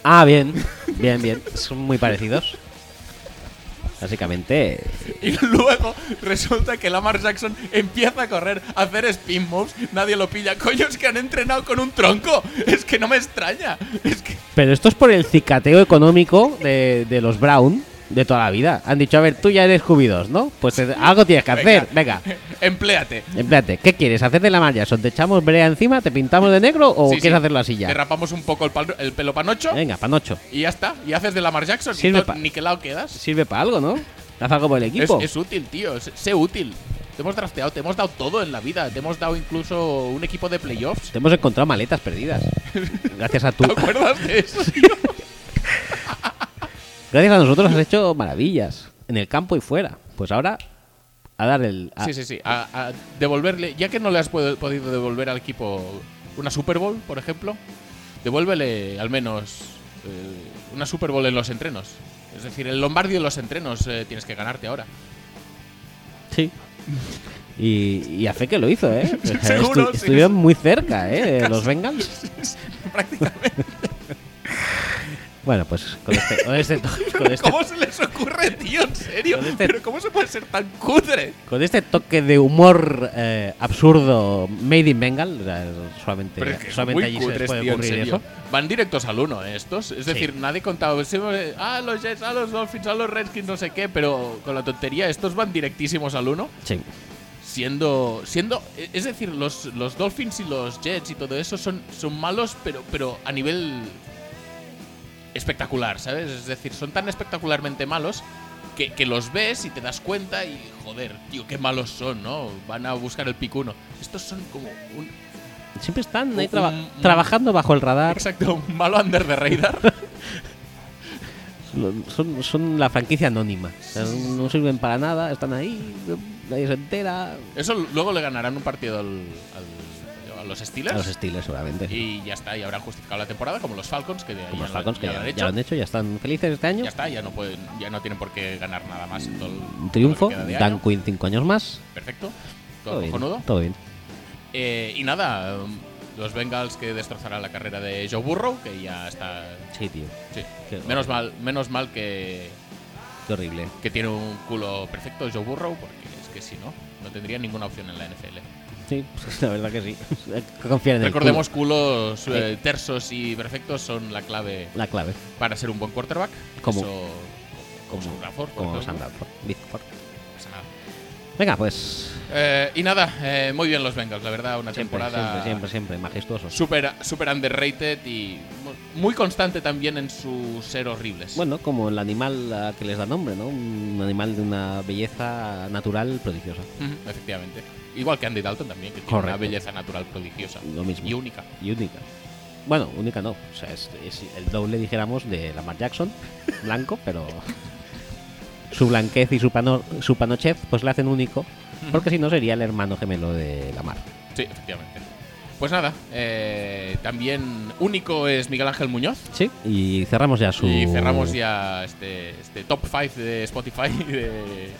Ah, bien, bien, bien. Son muy parecidos. Básicamente,
Y luego resulta que Lamar Jackson empieza a correr, a hacer spin moves, nadie lo pilla. Coño, es que han entrenado con un tronco. Es que no me extraña. Es que
Pero esto es por el cicateo económico de, de los Brown de toda la vida. Han dicho, a ver, tú ya eres jubidos, ¿no? Pues eh, algo tienes que hacer, venga.
empléate.
Espérate, ¿qué quieres? ¿Hacer de la malla? ¿Te echamos brea encima? ¿Te pintamos de negro? ¿O
Sí,
Oh, quieres
sí.
hacerlo así ya?
Derrapamos un poco el, pal- el pelo panocho
Venga, panocho.
y ya está. Y haces de Lamar Jackson.
Eh. Sirve
y to-
pa-
niquelado quedas.
Sirve para algo, ¿no? Haz algo por el
Es,
equipo.
es útil, tío. es- sé útil. Te hemos drafteado, te hemos dado todo en la vida. Te hemos dado incluso un equipo de playoffs.
Te hemos encontrado maletas perdidas. Gracias a tú.
¿Te acuerdas de eso, tío?
Gracias a nosotros has hecho maravillas. En el campo y fuera. Pues ahora, a dar el. a-
Sí, sí, sí. A, a devolverle, ya que no le has pod- podido devolver al equipo una Super Bowl, por ejemplo, devuélvele al menos eh, una Super Bowl en los entrenos. Es decir, el Lombardi en los entrenos eh, tienes que ganarte ahora.
Sí. Y, y a fe que lo hizo, ¿eh? O sea, estu-
Seguro, sí.
Estuvieron muy cerca, ¿eh? de Los Bengals.
Prácticamente.
Bueno, pues con este, con este, to- con este-
¿Cómo se les ocurre, tío? ¿En serio?
Con este-
¿Pero cómo se puede ser tan cutre?
con este toque de humor eh, absurdo made in Bengal, o sea, solamente,
Pero es que son
solamente
muy
allí se les
cutres,
puede
tío, en
ocurrir
serio.
eso.
Van directos al uno eh, estos. Es decir, nadie contaba. sí, eh, Ah, los Jets, ah, los Dolphins, ah, los Redskins, no sé qué. Pero con la tontería, estos van directísimos al uno
Sí.
Siendo. siendo eh, es decir, los, los Dolphins y los Jets y todo eso son, son malos, pero, pero a nivel espectacular, ¿sabes? Es decir, son tan espectacularmente malos que, que los ves y te das cuenta y joder, tío, qué malos son, ¿no? Van a buscar el picuno. Estos son como un,
Siempre están ahí
Un-
traba-
un-
trabajando bajo el radar.
Exacto, un malo under the radar.
Lo- Son, son la franquicia anónima. O sea, no sirven para nada, están ahí, nadie se entera.
Eso luego le ganarán un partido al, al- a los Steelers.
A los Steelers, seguramente.
y ya está, y habrán justificado la temporada como los Falcons, que, ya,
Como los
la-
Falcons, que
ya
ya,
la han
ya
hecho.
lo han hecho, ya están felices este año.
Ya está, ya no, pueden, ya no tienen por qué ganar nada más. En todo el-
Un triunfo,
todo lo que queda de
Dan
año.
Quinn cinco años más.
Perfecto, todo,
Todo bien,
cojonudo.
todo bien.
Eh, y nada, um, los Bengals que destrozarán la carrera de Joe Burrow, que ya está.
Sí, tío,
sí.
Qué
Menos
horrible.
mal, menos mal que,
qué horrible.
que tiene un culo perfecto Joe Burrow, porque es que si no, no tendría ninguna opción en la NFL.
Sí, pues, la verdad que sí. Hay que Confiar en el
Recordemos, culos eh, tersos y perfectos son la clave
culo. la clave,
para ser un buen quarterback.
Como-
Eso, como Sam Bradford, por
como
ejemplo.
Sam Bradford, Bigford.
No pasa nada.
Venga, pues
Eh, y nada, eh, muy bien los Bengals, la verdad, una
siempre, siempre,
temporada
siempre, siempre, majestuosos.
super, super underrated y muy constante también en su ser horribles.
Bueno, como el animal a que les da nombre, ¿no? Un animal de una belleza natural prodigiosa.
Ujú, efectivamente. Igual que Andy Dalton también, que tiene una
Correcto.
belleza natural prodigiosa
Lo mismo.
y única.
y única. Bueno, única no. O sea, es, es el doble, dijéramos, de Lamar Jackson, blanco, pero su blanquez y su, pano- su panochez pues le hacen único, porque si no sería el hermano gemelo de Lamar.
Sí, efectivamente. Pues nada, eh, también único es Miguel Ángel Muñoz.
Sí. Y cerramos ya su...
Y cerramos ya este, este top 5 de Spotify de, de,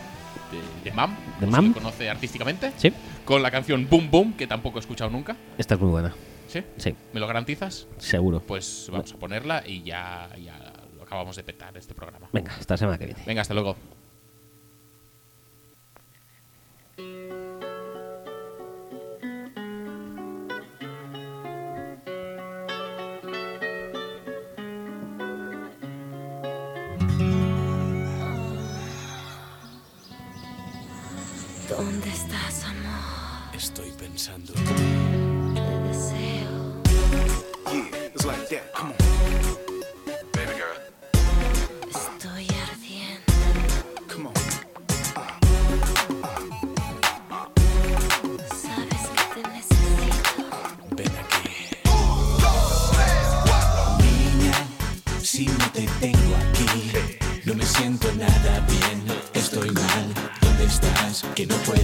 de MAM,
¿De
como
Mam?
se le conoce artísticamente,
Sí,
con la canción Boom Boom, que tampoco he escuchado nunca.
esta es muy buena.
¿Sí?
Sí,
¿Me lo garantizas?
seguro.
Pues vamos a ponerla y ya, ya lo acabamos de petar este programa.
Venga, hasta la semana que viene.
Venga, hasta luego.
¿Dónde estás, amor?
Estoy pensando.
Te deseo. Estoy ardiente. Sabes que te necesito.
Ven aquí. Niña, si no te tengo aquí, no me siento nada bien. Estoy mal. ¿Dónde estás? Que no puedo